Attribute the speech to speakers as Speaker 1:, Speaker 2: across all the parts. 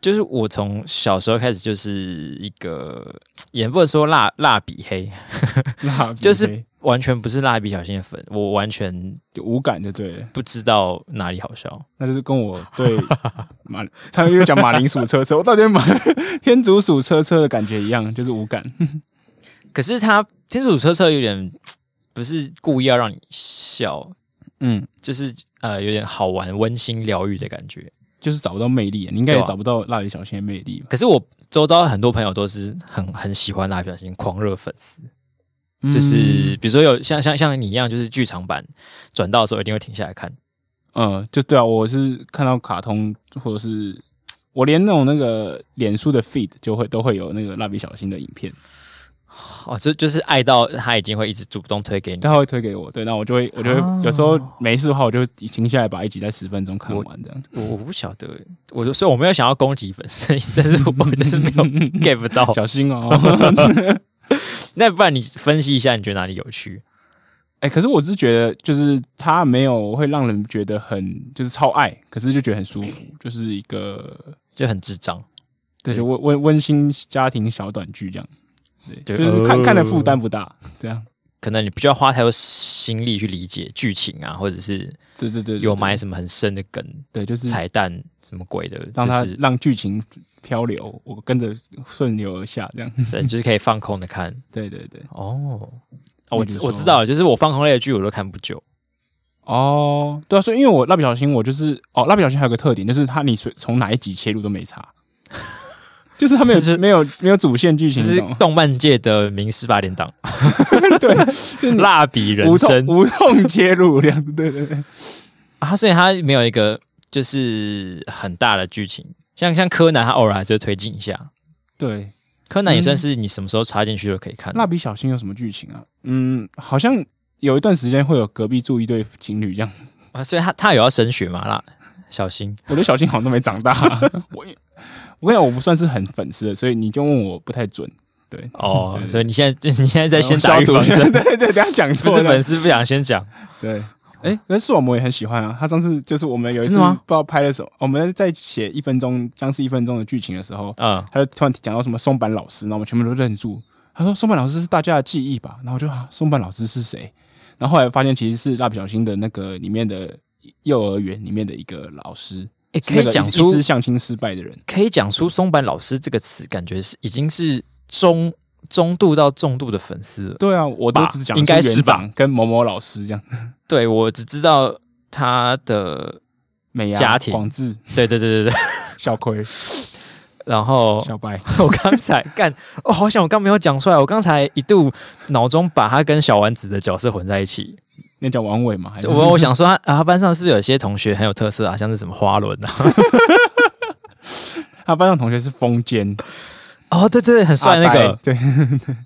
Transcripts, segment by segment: Speaker 1: 就是我从小时候开始就是一个，也不能说蜡蜡笔黑，
Speaker 2: 那
Speaker 1: 就是完全不是蜡笔小新的粉，我完全
Speaker 2: 有无感就对了，
Speaker 1: 不知道哪里好笑。
Speaker 2: 那就是跟我对 马，上面又讲马铃薯车车，我到底马 天竺鼠车车的感觉一样，就是无感。
Speaker 1: 可是他天竺鼠车车有点不是故意要让你笑，
Speaker 2: 嗯，
Speaker 1: 就是呃有点好玩、温馨、疗愈的感觉。
Speaker 2: 就是找不到魅力，你应该也
Speaker 1: 对啊
Speaker 2: 找不到蜡笔小新的魅力吧？
Speaker 1: 可是我周遭很多朋友都是很很喜欢蜡笔小新狂热粉丝，就是
Speaker 2: 嗯
Speaker 1: 比如说有像像像你一样，就是剧场版转到的时候一定会停下来看。
Speaker 2: 嗯，就对啊，我是看到卡通或者是我连那种那个脸书的 feed 就会都会有那个蜡笔小新的影片，
Speaker 1: 哦，这就是爱到他已经会一直主动推给你。
Speaker 2: 他会推给我，对，那我就会我就会、
Speaker 1: 哦
Speaker 2: 有时候没事的话，我就停下来把一集在十分钟看
Speaker 1: 我
Speaker 2: 完这样。
Speaker 1: 我我不晓得，我就所以我没有想要攻击粉丝， 但是我就是没 有 get 不到。
Speaker 2: 小心哦！
Speaker 1: 那不然你分析一下，你觉得哪里有趣？
Speaker 2: 哎、可是我是觉得，就是他没有会让人觉得很就是超爱，可是就觉得很舒服，就是一个
Speaker 1: 就很智障。
Speaker 2: 对就温温温馨家庭小短剧这样，
Speaker 1: 对
Speaker 2: 对，就是看、
Speaker 1: 哦
Speaker 2: 看的负担不大，这样。
Speaker 1: 可能你不需要花太多心力去理解剧情啊，或者是
Speaker 2: 对对对，对
Speaker 1: 有埋什么很深的梗、
Speaker 2: 对，就是
Speaker 1: 彩蛋什么鬼的，
Speaker 2: 让它
Speaker 1: 就是
Speaker 2: 让剧情漂流，我跟着顺流而下，这样。
Speaker 1: 对，就是可以放空的看。
Speaker 2: 对对对，
Speaker 1: 哦，哦我
Speaker 2: 比
Speaker 1: 知
Speaker 2: 如说
Speaker 1: 我知道了，就是我放空类的剧我都看不久。
Speaker 2: 哦，对啊，所以因为我蜡笔小新，我就是哦，蜡笔小新还有个特点，就是它你随从哪一集切入都没差， 就是它没有、
Speaker 1: 就是
Speaker 2: 没有没有主线剧
Speaker 1: 就是
Speaker 2: 情，你懂吗
Speaker 1: 动漫界的名十八点档，
Speaker 2: 对，
Speaker 1: 蜡笔人
Speaker 2: 无痛
Speaker 1: 生
Speaker 2: 无痛切入这样子，对对对，
Speaker 1: 啊，所以它没有一个就是很大的剧情，像像柯南，它偶尔还是会推进一下。
Speaker 2: 对。
Speaker 1: 柯南也
Speaker 2: 嗯
Speaker 1: 算是你什么时候插进去都可以看。
Speaker 2: 蜡笔小新有什么剧情啊？嗯，好像有一段时间会有隔壁住一对情侣这样。
Speaker 1: 啊，所以他他有要升学嘛？啦，小心
Speaker 2: 我觉得小新好像都没长 大、我也我跟你讲，我不算是很粉丝的，所以你就问我不太准。对，
Speaker 1: 哦
Speaker 2: 对。对
Speaker 1: 所以你现在 你现在在先
Speaker 2: 嗯我
Speaker 1: 打预
Speaker 2: 消毒
Speaker 1: 防
Speaker 2: 一下
Speaker 1: 针
Speaker 2: ，对对对，等一下讲
Speaker 1: 不
Speaker 2: 错
Speaker 1: 是
Speaker 2: 了
Speaker 1: 粉。丝不想先讲。
Speaker 2: 对，哎、可是视网膜也很喜欢啊。他上次就是我们有一次
Speaker 1: 真
Speaker 2: 不
Speaker 1: 的吗
Speaker 2: 知道拍的时候，我们在写一分钟僵尸一分钟的剧情的时候，
Speaker 1: 嗯，
Speaker 2: 他就突然讲到什么松坂老师，然后我们全部都愣住。他说松坂老师是大家的记忆吧？然后我就啊，松坂老师是谁？然后后来发现其实是蜡笔小新的那个里面的幼儿园里面的一个老师，
Speaker 1: 诶
Speaker 2: 是
Speaker 1: 可
Speaker 2: 那
Speaker 1: 以
Speaker 2: 个
Speaker 1: 讲
Speaker 2: 哎一
Speaker 1: 出
Speaker 2: 一只相亲失败的人。
Speaker 1: 可以讲出松坂老师这个词，感觉是已经是中中度到重度的粉丝了。
Speaker 2: 对啊，我都
Speaker 1: 吧
Speaker 2: 只讲
Speaker 1: 应该
Speaker 2: 出园
Speaker 1: 是吧
Speaker 2: 长跟某某老师这样。
Speaker 1: 对我只知道他的，
Speaker 2: 美牙、
Speaker 1: 家庭
Speaker 2: 广志、
Speaker 1: 对对对对对。
Speaker 2: 小葵、
Speaker 1: 哦然后
Speaker 2: 小白，
Speaker 1: 我刚才干，哦，好想我刚没有讲出来，我刚才一度脑中把他跟小丸子的角色混在一 起。
Speaker 2: 那叫王伟嘛？还是
Speaker 1: 我我想说他啊，他班上是不是有些同学很有特色啊，像是什么花轮啊？
Speaker 2: 他班上同学是风间，
Speaker 1: 哦，对对，很帅那
Speaker 2: 阿
Speaker 1: 个
Speaker 2: 呆。对，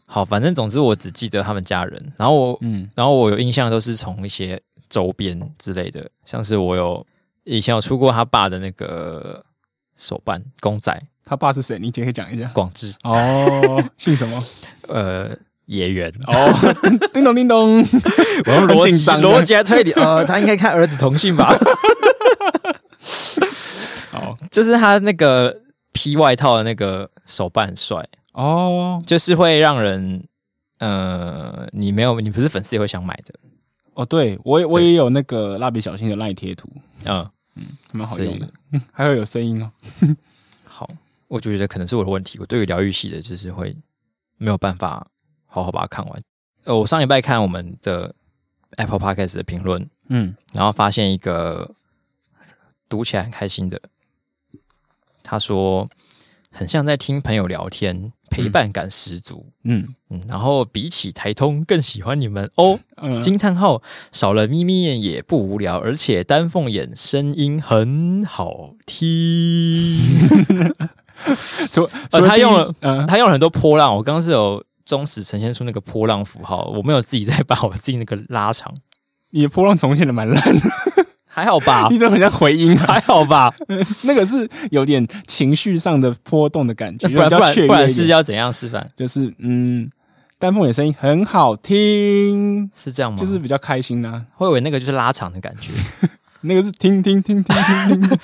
Speaker 1: 好，反正总之我只记得他们家人，然后我，
Speaker 2: 嗯
Speaker 1: 然后我有印象都是从一些周边之类的，像是我有以前有出过他爸的那个手办公仔
Speaker 2: 他爸是谁？你姐可以讲一下。
Speaker 1: 广志，
Speaker 2: 哦， 姓什么？
Speaker 1: 呃，野原，
Speaker 2: 哦， 叮咚叮咚，
Speaker 1: 我用
Speaker 2: 很
Speaker 1: 逻
Speaker 2: 紧
Speaker 1: 辑
Speaker 2: 张啊
Speaker 1: 逻辑来 推理，呃，他应该看儿子同性吧，
Speaker 2: 好
Speaker 1: 就是他那个披外套的那个手办很帅，
Speaker 2: 哦
Speaker 1: 就是会让人。呃，你没有，你不是粉丝也会想买的，
Speaker 2: 哦，对我也我也有那个蜡笔小新的赖贴图，
Speaker 1: 嗯，
Speaker 2: 蛮好
Speaker 1: 所以
Speaker 2: 用的， 还会有声音哦。
Speaker 1: 好，我就觉得可能是我的问题，我对于疗愈系的就是会没有办法好好把它看完。呃，我上礼拜看我们的 Apple Podcast 的评论，
Speaker 2: 嗯，
Speaker 1: 然后发现一个读起来很开心的，他说很像在听朋友聊天，陪伴感十足。嗯
Speaker 2: 嗯
Speaker 1: 然后比起台通更喜欢你们哦，
Speaker 2: 嗯，
Speaker 1: 惊叹号！少了眯眯眼也不无聊，而且丹凤眼声音很好听。
Speaker 2: 除
Speaker 1: 呃
Speaker 2: 除
Speaker 1: 他
Speaker 2: 第一
Speaker 1: 用了
Speaker 2: 嗯，
Speaker 1: 他用了很多波浪，我刚刚是有忠实呈现出那个波浪符号，我没有自己再把我自己那个拉长，
Speaker 2: 你的波浪重现的蛮烂的，
Speaker 1: 还好吧，
Speaker 2: 你怎么很像回音啊？
Speaker 1: 还好吧，
Speaker 2: 那个是有点情绪上的波动的感觉，
Speaker 1: 不然
Speaker 2: 比
Speaker 1: 不
Speaker 2: 较
Speaker 1: 然
Speaker 2: 雀跃一
Speaker 1: 不然
Speaker 2: 点
Speaker 1: 是要怎样示范？
Speaker 2: 就是嗯，丹凤眼声音很好听，
Speaker 1: 是这样吗？
Speaker 2: 就是比较开心啊。
Speaker 1: 会以为那个就是拉长的感觉。
Speaker 2: 那个是听听听听听听，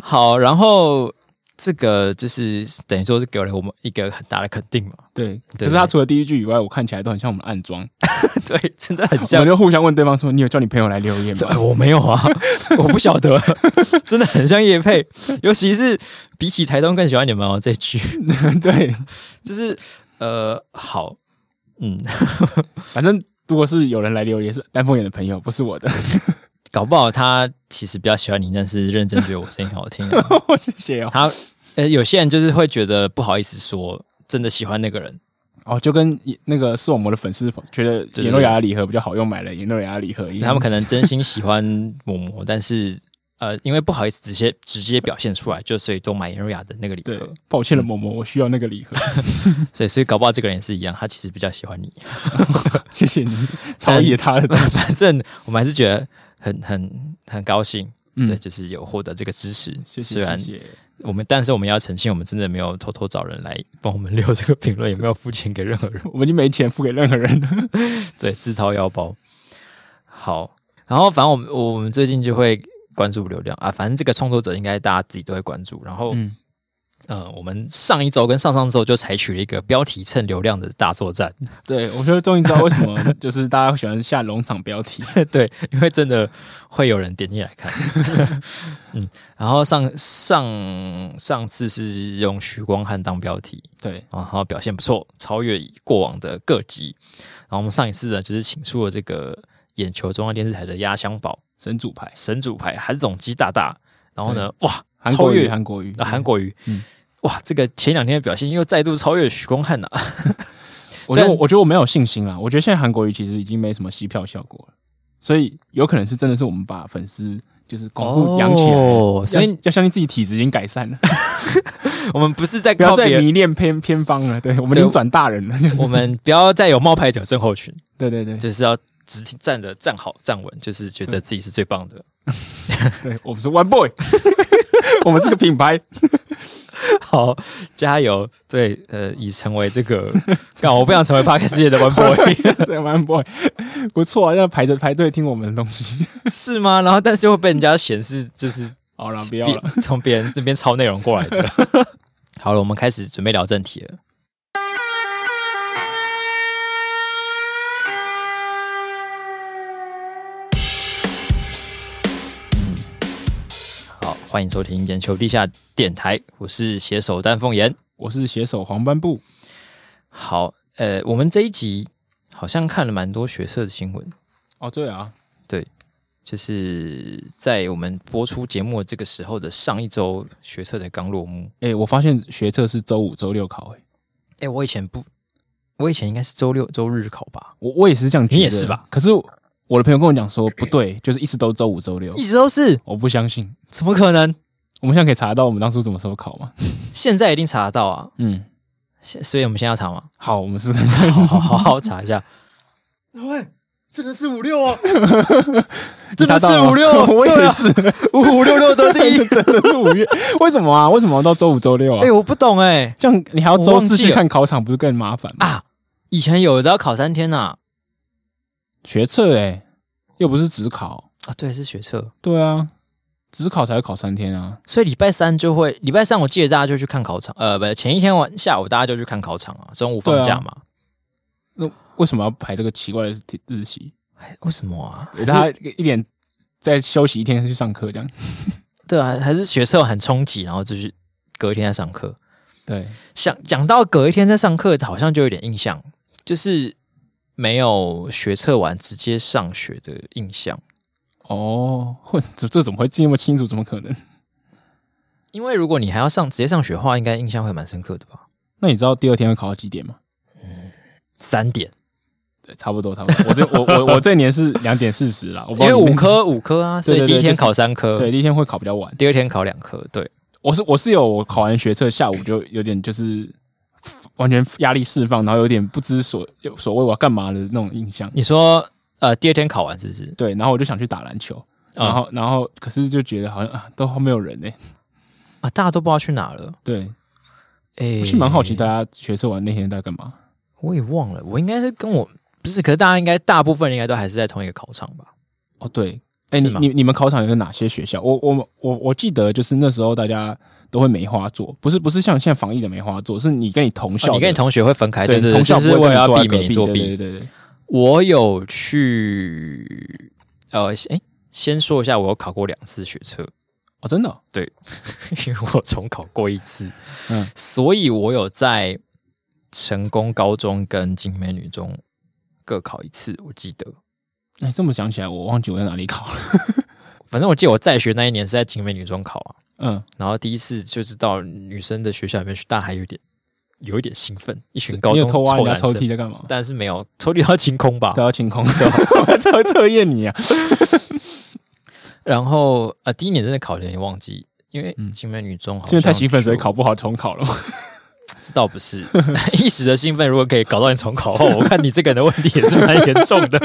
Speaker 1: 好，然后这个就是等于说是给了我们一个很大的肯定嘛。
Speaker 2: 对，可
Speaker 1: 对
Speaker 2: 是他除了第一句以外，我看起来都很像我们暗装，
Speaker 1: 对，真的很
Speaker 2: 我
Speaker 1: 像
Speaker 2: 们。就互相问对方说：“你有叫你朋友来留言
Speaker 1: 这
Speaker 2: 吗
Speaker 1: 哎我没有啊， 我不晓得， 真的很像叶配，尤其是比起台东更喜欢你们哦这 句，？”
Speaker 2: 对，
Speaker 1: 就是呃好，嗯，
Speaker 2: 反正如果是有人来留，也是丹凤眼的朋友，不是我的。
Speaker 1: 搞不好他其实比较喜欢你，但是认真觉得我声音好 听啊、
Speaker 2: 我谢谢哦。
Speaker 1: 他呃有些人就是会觉得不好意思说真的喜欢那个人，
Speaker 2: 哦，就跟那个视网膜的粉丝觉得
Speaker 1: 对
Speaker 2: 眼肉牙的礼盒比较好用，买了眼肉牙的礼盒一样，
Speaker 1: 他们可能真心喜欢某某， 但是呃因为不好意思直接直接表现出来，就所以都买颜若雅的那个礼
Speaker 2: 对
Speaker 1: 盒，，
Speaker 2: 抱歉了，某某，我需要那个礼 盒，
Speaker 1: 所以所以搞不好这个人也是一样，他其实比较喜欢你。
Speaker 2: 谢谢你超越他 的。
Speaker 1: 反正我们还是觉得很很很高兴，
Speaker 2: 嗯
Speaker 1: 对，就是有获得这个支持。
Speaker 2: 谢
Speaker 1: 虽
Speaker 2: 谢谢
Speaker 1: 然
Speaker 2: 谢，
Speaker 1: 我们，但是我们要诚信，我们真的没有偷偷找人来帮我们留这个评论，也没有付钱给任何人，
Speaker 2: 我们已经没钱付给任何人了。
Speaker 1: 对，自掏腰包。好，然后反正我们我们最近就会关注流量啊，反正这个创作者应该大家自己都会关注。然后，
Speaker 2: 嗯
Speaker 1: 呃，我们上一周跟上上周就采取了一个标题蹭流量的大作战，
Speaker 2: 对，我觉得终于知道为什么就是大家喜欢下农场标题。
Speaker 1: 对，因为真的会有人点进来看。 嗯，然后上上上次是用许光汉当标题，
Speaker 2: 对，
Speaker 1: 然后表现不错，超越过往的各级。然后我们上一次呢，就是请出了这个眼球中央电视台的压箱宝
Speaker 2: 神主牌，
Speaker 1: 神主牌韩总机大大，然后呢，哇，
Speaker 2: 韩
Speaker 1: 超
Speaker 2: 国语，
Speaker 1: 越
Speaker 2: 韩国语
Speaker 1: 啊，韩，国瑜，
Speaker 2: 嗯
Speaker 1: 哇，这个前两天的表现又再度超越许光汉了、
Speaker 2: 我觉
Speaker 1: 虽
Speaker 2: 得我
Speaker 1: 然
Speaker 2: 我觉得我没有信心啦。我觉得现在韩国语其实已经没什么吸票效果了，所以有可能是真的是我们把粉丝就是巩固养起来了。
Speaker 1: 哦所
Speaker 2: 要
Speaker 1: 以
Speaker 2: 要相信自己体质已经改 善了，
Speaker 1: 我们不是在
Speaker 2: 不要
Speaker 1: 靠
Speaker 2: 再
Speaker 1: 别人
Speaker 2: 迷恋偏偏方了。对我们已
Speaker 1: 对
Speaker 2: 经转大人了，就
Speaker 1: 我们不要再有冒牌者症候群，
Speaker 2: 对 对对
Speaker 1: 就是要直挺站着站好站稳，就是觉得自己是最棒的。
Speaker 2: 对，我们是 One Boy，我们是个品牌。
Speaker 1: 好，加油！对，呃，已成为这 个，干我不想成为 p a r k 世界的 one boy
Speaker 2: 真是 One Boy，不 错、啊，要排着排队听我们的东西。
Speaker 1: 是吗？然后但是又被人家显示就是
Speaker 2: 好了，不要
Speaker 1: 别
Speaker 2: 了。
Speaker 1: 从别人这边抄内容过来 的。好了，我们开始准备聊正题了。好，欢迎收听眼球地下电台，我是携手丹凤眼。
Speaker 2: 我是携手黄斑布，
Speaker 1: 好，呃，我们这一集好像看了蛮多学社的新闻，
Speaker 2: 哦，对啊，
Speaker 1: 就是在我们播出节目的这个时候的上一周，学社才刚落幕。
Speaker 2: 哎、我发现学测是周五、周六考、哎，
Speaker 1: 哎、我以前不，我以前应该是周六周日考吧，
Speaker 2: 我我也是这样觉得，
Speaker 1: 你也是吧？
Speaker 2: 可是我的朋友跟我讲说，不 对，哦就是一直都周五、周六，
Speaker 1: 一直都是，
Speaker 2: 我不相信。
Speaker 1: 怎么可能？
Speaker 2: 我们现在可以查得到我们当初什么时候考吗？
Speaker 1: 现在一定查得到啊！
Speaker 2: 嗯，
Speaker 1: 现所以我们现在要查 吗？
Speaker 2: 好，我们是，
Speaker 1: 好好好好查一下，
Speaker 3: 喂，真的是五六哦，
Speaker 2: 你
Speaker 3: 真
Speaker 2: 查
Speaker 3: 的
Speaker 2: 到
Speaker 3: 是
Speaker 2: 吗，
Speaker 3: 五六
Speaker 2: 我
Speaker 3: 对
Speaker 2: 也
Speaker 3: 啊，
Speaker 2: 是，。
Speaker 3: 五五六六得第一
Speaker 2: 真的是五月，为什么啊？为什么要到周五、周六 啊
Speaker 1: 哎、？我不懂哎、
Speaker 2: 这样你还要周四
Speaker 1: 我忘记
Speaker 2: 去
Speaker 1: 了
Speaker 2: 看考场，不是更麻烦吗？
Speaker 1: 啊！以前有的要考三天啊呐、
Speaker 2: 学测哎、又不是只考，
Speaker 1: 啊，对，是学测，
Speaker 2: 对啊，只考才会考三天啊。
Speaker 1: 所以礼拜三就会，礼拜三我记得大家就去看考场，呃，不，前一天晚下午大家就去看考场啊，中午放假嘛。
Speaker 2: 那为什么要排这个奇怪的日日期？
Speaker 1: 哎为什么啊？
Speaker 2: 给
Speaker 1: 还是
Speaker 2: 大家一点再休息一天去上课这样。
Speaker 1: 对啊，还是学测很冲击，然后就是隔一天再上课。
Speaker 2: 对，
Speaker 1: 想讲到隔一天在上课，好像就有点印象，就是没有学测完直接上学的印象。
Speaker 2: 哦， 混这这怎么会记那么清楚？怎么可能？
Speaker 1: 因为如果你还要上直接上学的话，应该印象会蛮深刻的吧？
Speaker 2: 那你知道第二天会考到几点吗？
Speaker 1: 三点，
Speaker 2: 对，差不多，差不多。我这我我我这年是两点四十啦，我不
Speaker 1: 因
Speaker 2: 知
Speaker 1: 为
Speaker 2: 道你们
Speaker 1: 五。科五科啊，所
Speaker 2: 对
Speaker 1: 以
Speaker 2: 对
Speaker 1: 第一
Speaker 2: 就
Speaker 1: 天
Speaker 2: 是
Speaker 1: 考三科，
Speaker 2: 对，第一天会考比较晚。
Speaker 1: 第二天考两科，对，
Speaker 2: 我是我是有我考完学测下午就有点就是完全压力释放，然后有点不知所有所谓我要干嘛的那种印象。
Speaker 1: 你说呃第二天考完是不是？
Speaker 2: 对，然后我就想去打篮球，
Speaker 1: 啊
Speaker 2: 然后、然后可是就觉得好像啊都没有人呢、
Speaker 1: 啊，大家都不知道去哪了。
Speaker 2: 对，
Speaker 1: 哎、
Speaker 2: 我是蛮好奇大家学测完那天在干嘛。
Speaker 1: 我也忘了，我应该是跟我不是，可是大家应该大部分人应该都还是在同一个考场吧？
Speaker 2: 哦，对，哎、
Speaker 1: 是
Speaker 2: 你
Speaker 1: 吗
Speaker 2: 你你们考场有哪些学校？我我我我记得就是那时候大家都会没话做，不是不是像现在防疫的没话做，是你跟你同校的、
Speaker 1: 哦你跟你同学会分开，
Speaker 2: 对
Speaker 1: 对
Speaker 2: 同
Speaker 1: 对，就
Speaker 2: 校不
Speaker 1: 是
Speaker 2: 会
Speaker 1: 为了
Speaker 2: 跟
Speaker 1: 要
Speaker 2: 坐在
Speaker 1: 避免
Speaker 2: 隔
Speaker 1: 你作
Speaker 2: 壁
Speaker 1: 弊
Speaker 2: 对。对对对，
Speaker 1: 我有去，呃，先诶先说一下，我有考过两次学车，
Speaker 2: 哦，真的哦、
Speaker 1: 因为我重考过一次，
Speaker 2: 嗯
Speaker 1: 所以我有在成功高中跟景美女中各考一次，我记得。
Speaker 2: 哎，这么想起来，我忘记我在哪里考了。
Speaker 1: 反正我记得我在学那一年是在景美女中考啊，
Speaker 2: 嗯，
Speaker 1: 然后第一次就是到女生的学校里面去，但还有点有一点兴奋，一群高
Speaker 2: 你有
Speaker 1: 中
Speaker 2: 偷挖人
Speaker 1: 臭
Speaker 2: 家
Speaker 1: 男
Speaker 2: 抽
Speaker 1: 生，
Speaker 2: 屉在啊干嘛？
Speaker 1: 但是没有抽屉要清空吧
Speaker 2: 都？要清 空的，抽测验你啊！
Speaker 1: 然后呃，第一年真的考的有点忘记，因为
Speaker 2: 嗯
Speaker 1: 景美女中好像
Speaker 2: 因为太兴奋，所以
Speaker 1: 就
Speaker 2: 考不好重考了 嘛。
Speaker 1: 这倒不是 一时的兴奋，如果可以搞到你重考后，我看你这个人的问题也是蛮严重的，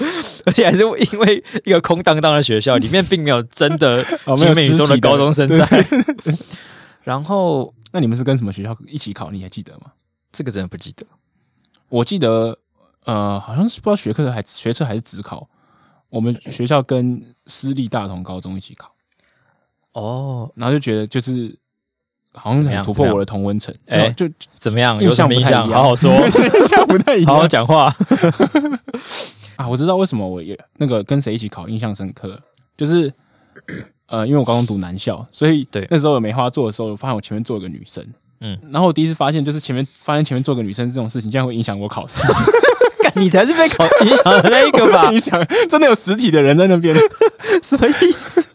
Speaker 1: 而且还是因为一个空荡荡的学校里面并没有真的
Speaker 2: 哦，没
Speaker 1: 精
Speaker 2: 有
Speaker 1: 美
Speaker 2: 实
Speaker 1: 中
Speaker 2: 体
Speaker 1: 的高中生
Speaker 2: 对
Speaker 1: 在。 然后
Speaker 2: 那你们是跟什么学校一起考？你还记得吗？
Speaker 1: 这个真的不记得，
Speaker 2: 我记得，呃，好像是不知道学科的还学车还是职考，我们学校跟私立大同高中一起考，
Speaker 1: 哦，
Speaker 2: 然后就觉得就是好像
Speaker 1: 怎么
Speaker 2: 很
Speaker 1: 样
Speaker 2: 突
Speaker 1: 怎
Speaker 2: 破
Speaker 1: 么样
Speaker 2: 我的同温层，
Speaker 1: 哎
Speaker 2: 就 就
Speaker 1: 怎么样？
Speaker 2: 印
Speaker 1: 有什
Speaker 2: 象
Speaker 1: 么
Speaker 2: 不
Speaker 1: 印
Speaker 2: 太
Speaker 1: 象？
Speaker 2: 一样
Speaker 1: 好好说，
Speaker 2: 像不太一
Speaker 1: 好好
Speaker 2: 样
Speaker 1: 讲话。
Speaker 2: 啊。我知道为什么我也那个跟谁一起考印象深刻，就是呃，因为我高中读男校，所以
Speaker 1: 对
Speaker 2: 那时候有梅花座的时候，我发现我前面坐一个女生。
Speaker 1: 嗯，
Speaker 2: 然后我第一次发现，就是前面发现前面坐个女生这种事情，竟然会影响我考 试。
Speaker 1: 干哦你才是被考影响的那一个吧？
Speaker 2: 影响真的有实体的人在那边，
Speaker 1: 什么意思？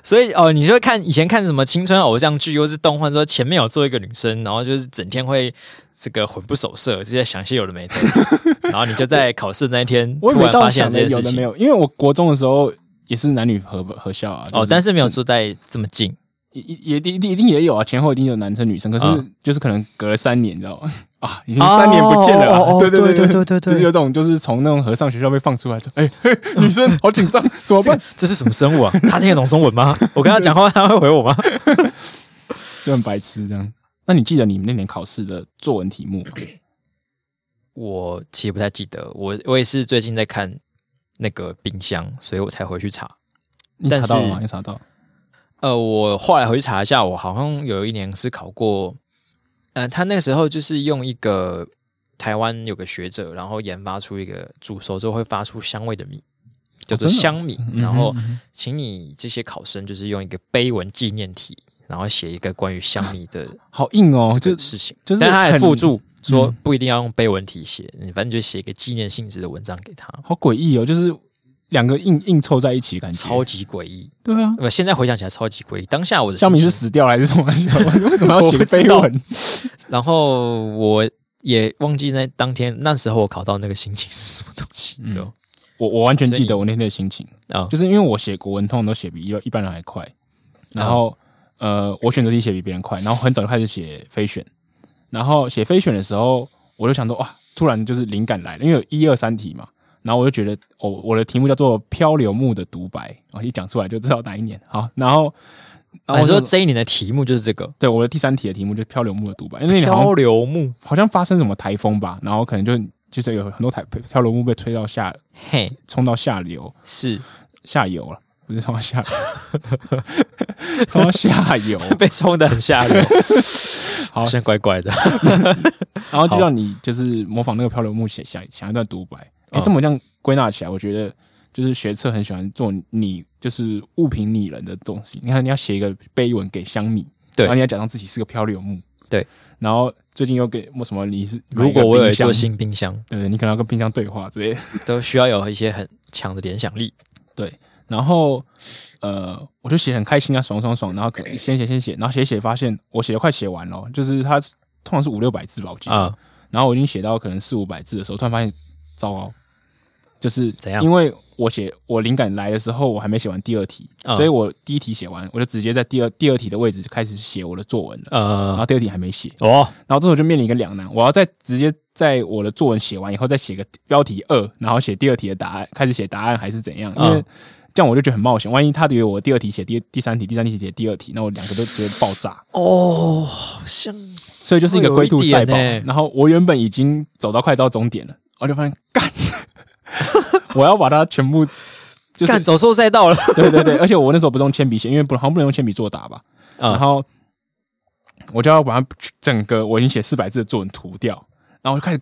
Speaker 1: 所以哦，你就会看以前看什么青春偶像剧，又是动画，说前面有做一个女生，然后就是整天会这个魂不守舍，就在想一些有的没的， 然后你就在考试那一天
Speaker 2: 我也
Speaker 1: 突
Speaker 2: 没
Speaker 1: 然
Speaker 2: 到
Speaker 1: 发现
Speaker 2: 想
Speaker 1: 了这
Speaker 2: 的
Speaker 1: 些
Speaker 2: 有
Speaker 1: 事
Speaker 2: 的没
Speaker 1: 情。
Speaker 2: 有，因为我国中的时候也是男女合合校啊。就
Speaker 1: 哦，但是没有
Speaker 2: 这
Speaker 1: 坐在这么近，
Speaker 2: 也也一定一定也有啊，前后一定有男生女生，可是
Speaker 1: 嗯
Speaker 2: 就是可能隔了三年，你知道吗？啊，已经三年不见了啊，
Speaker 1: 哦哦哦
Speaker 2: 对对
Speaker 1: 对
Speaker 2: 对
Speaker 1: 对对对
Speaker 2: 就是有种就是从那种和尚学校被放出来，说哎、嘿女生好紧 张，怎么
Speaker 1: 这
Speaker 2: 办
Speaker 1: 个？这是什么生物啊？他听得懂中文吗？我跟他讲话，他会回我吗？
Speaker 2: 就很白痴这样。那你记得你们那年考试的作文题目吗？
Speaker 1: 我其实不太记得，我我也是最近在看那个冰箱，所以我才回去查。
Speaker 2: 你查到了
Speaker 1: 但
Speaker 2: 吗？
Speaker 1: 是
Speaker 2: 你查到？
Speaker 1: 呃，我后来回去查一下，我好像有一年是考过，呃，他那个时候就是用一个台湾有个学者，然后研发出一个煮熟之后会发出香味的米，叫做
Speaker 2: 真的哦
Speaker 1: 香米。
Speaker 2: 嗯哼
Speaker 1: 然后
Speaker 2: 嗯哼
Speaker 1: 请你这些考生就是用一个碑文纪念体，然后写一个关于香米的
Speaker 2: 好硬哦，
Speaker 1: 这
Speaker 2: 就
Speaker 1: 个事情。
Speaker 2: 就是
Speaker 1: 但他还
Speaker 2: 很
Speaker 1: 附注说
Speaker 2: 嗯
Speaker 1: 不一定要用碑文体写，你反正就写一个纪念性质的文章给他，
Speaker 2: 好诡异哦，就是两个硬硬凑在一起，感觉
Speaker 1: 超级诡异。
Speaker 2: 对啊。
Speaker 1: 我现在回想起来超级诡异，当下我的
Speaker 2: 香米
Speaker 1: 心
Speaker 2: 是
Speaker 1: 情
Speaker 2: 死掉了还是什么？ 为什么要写
Speaker 1: 我不知
Speaker 2: 碑
Speaker 1: 道
Speaker 2: 文？
Speaker 1: 然后我也忘记那当天那时候我考到那个心情是什么东西
Speaker 2: 嗯
Speaker 1: 对
Speaker 2: 我我完全记
Speaker 1: 所以
Speaker 2: 得我那天的心情，
Speaker 1: 啊、
Speaker 2: 就是因为我写国文通常都写比一一般人还快，
Speaker 1: 哦
Speaker 2: 然后、呃，我选择题写比别人快，然后很早就开始写非选，然后写非选的时候，我就想说哇，突然就是灵感来了，因为有一二三题嘛，然后我就觉得哦，我的题目叫做《漂流木的独白》，然后一讲出来就知道哪一年。好，然后然
Speaker 1: 啊
Speaker 2: 后
Speaker 1: 我
Speaker 2: 我
Speaker 1: 说
Speaker 2: 就
Speaker 1: 这一年的题目就是这个
Speaker 2: 对我的第三题的题目就是《漂流木的独白》，因为那年好像
Speaker 1: 漂流木，
Speaker 2: 好像发生什么台风吧，然后可能就就是有很多台漂流木被吹到下，
Speaker 1: 嘿，
Speaker 2: 冲到下流
Speaker 1: 是
Speaker 2: 下游了，不是冲到下， 冲到下 游，
Speaker 1: 被冲的很下 流，
Speaker 2: 好
Speaker 1: 好像怪怪的。
Speaker 2: 然后就让你就是模仿那个漂流木写下想一段独白。哎、
Speaker 1: 嗯
Speaker 2: 这么这样归纳起来，我觉得就是学测很喜欢做你就是物品拟人的东西。你看，你要写一个碑文给香米，
Speaker 1: 对
Speaker 2: 然后你要假装自己是个漂流木，
Speaker 1: 对。
Speaker 2: 然后最近又给什么你是
Speaker 1: 如果我有一座
Speaker 2: 新，
Speaker 1: 新冰箱，
Speaker 2: 对，你可能要跟冰箱对话之类的。
Speaker 1: 都需要有一些很强的联想力。
Speaker 2: 然后呃，我就写得很开心啊，爽爽爽，然后可先写先写，然后写一写发现我写的快写完了，就是它通常是五六百字吧，我记得，
Speaker 1: 啊
Speaker 2: 然后我已经写到可能四五百字的时候，突然发现糟糕，就是
Speaker 1: 怎样
Speaker 2: 因为我写我灵感来的时候，我还没写完第二题，
Speaker 1: 嗯
Speaker 2: 所以我第一题写完，我就直接在第二第二题的位置就开始写我的作文了，然
Speaker 1: 呃
Speaker 2: 后第二题还没写，
Speaker 1: 哦，
Speaker 2: 然后这时候就面临一个两难，我要再直接在我的作文写完以后，再写个标题二，然后写第二题的答案，开始写答案还是怎样？因为
Speaker 1: 嗯
Speaker 2: 这样我就觉得很冒险，万一他以为我第二题写第第三题，第三题写第二题，那我两个都直接爆炸，
Speaker 1: 哦，好像
Speaker 2: 所以就是一个龟兔赛跑。
Speaker 1: 会有一点欸
Speaker 2: 然后我原本已经走到快到终点了，我就发现干， 我要把它全部就是
Speaker 1: 干走错赛道了。
Speaker 2: 对对对，而且我那时候不是用铅笔写，因为不好像不能用铅笔作答吧，然
Speaker 1: 啊
Speaker 2: 后我就要把它整个我已经写四百字的作文涂掉，然后我就开始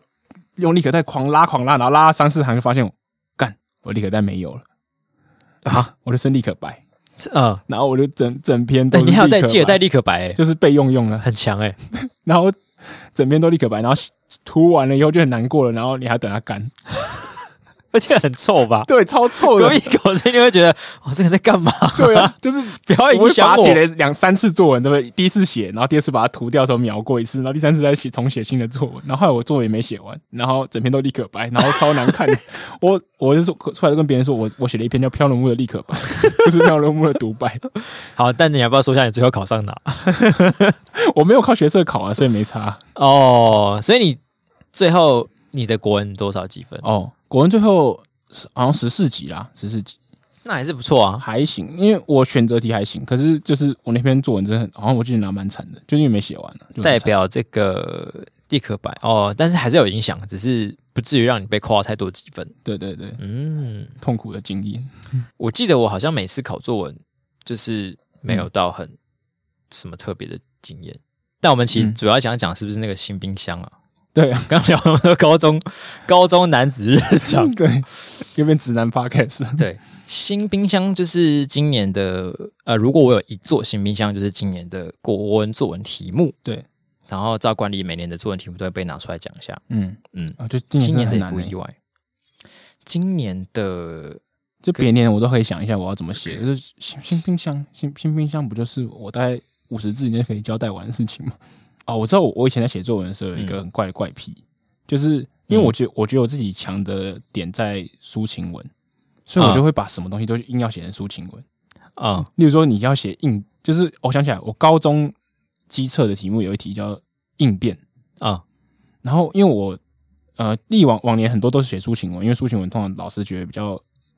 Speaker 2: 用立可带狂拉狂拉，然后拉到三四行就发现我干，我立可带没有了啊， 我就剩立可白，
Speaker 1: 嗯，
Speaker 2: 然后我就整整篇都
Speaker 1: 但
Speaker 2: 是
Speaker 1: 你还有带
Speaker 2: 立可
Speaker 1: 借带
Speaker 2: 白
Speaker 1: 立可白、欸，
Speaker 2: 就是备用用的，
Speaker 1: 很强哎、
Speaker 2: 然后整篇都立可白，然后涂完了以后就很难过了，然后你还等它干，
Speaker 1: 而且很臭 吧？
Speaker 2: 对，超臭的
Speaker 1: 隔，一口声你会觉得，我这个人在干嘛？
Speaker 2: 对 啊，就是
Speaker 1: 不要
Speaker 2: 我
Speaker 1: 影
Speaker 2: 会把
Speaker 1: 响
Speaker 2: 它
Speaker 1: 我
Speaker 2: 写。了两三次作文，对不对？第一次写，然后第二次把它涂掉的时候描过一次，然后第三次再写重写新的作文。然后后来我作文也没写完，然后整篇都立可白，然后超难看。我我就是出来就跟别人说我我写了一篇叫《飘龙木的立可白》，不是《飘龙木的独白》。
Speaker 1: 好，但你要不要说一下你最后考上哪？
Speaker 2: 我没有靠学社考啊，所以没差。
Speaker 1: 哦，所以你最后你的国文多少几分？
Speaker 2: 哦，国文最后好像十四级啦，十四级
Speaker 1: 那还是不错啊。
Speaker 2: 还行，因为我选择题还行，可是就是我那篇作文真的很，好像我记得拿蛮惨的，就因为没写完了。就很惨
Speaker 1: 代表这个立可白哦，但是还是有影响，只是不至于让你被扣到太多积分。
Speaker 2: 对对对，
Speaker 1: 嗯，
Speaker 2: 痛苦的经验。
Speaker 1: 我记得我好像每次考作文就是没有到很什么特别的经验。但我们其实
Speaker 2: 嗯
Speaker 1: 主要想讲是不是那个新冰箱啊？
Speaker 2: 对啊。
Speaker 1: 刚聊那么多高中高中男子日常，
Speaker 2: 嗯对，又变直男 podcast。
Speaker 1: 对，新冰箱就是今年的呃，如果我有一座新冰箱，就是今年的国文作文题目。
Speaker 2: 对，
Speaker 1: 然后照惯例，每年的作文题目都会被拿出来讲一下。
Speaker 2: 嗯
Speaker 1: 嗯，
Speaker 2: 啊，就今
Speaker 1: 今年
Speaker 2: 年
Speaker 1: 的
Speaker 2: 真的
Speaker 1: 也
Speaker 2: 很
Speaker 1: 不
Speaker 2: 难欸
Speaker 1: 意，外。今年的
Speaker 2: 就别年我都可以想一下我要怎么写。就是新新冰箱，新新冰箱不就是我大概五十字以内可以交代完的事情吗？哦，我知道我我以前在写作文的时候有一个很怪的怪癖，就是因为我觉得我觉得我自己强的点在抒情文，所以我
Speaker 1: 啊
Speaker 2: 就会把什么东西都硬要写成抒情文。
Speaker 1: 啊、
Speaker 2: 例如说你要写应，就是哦我想起来，我高中机测的题目有一题叫应变。
Speaker 1: 啊、
Speaker 2: 然后因为我呃历往往年很多都是写抒情文，因为抒情文通常老师觉得比较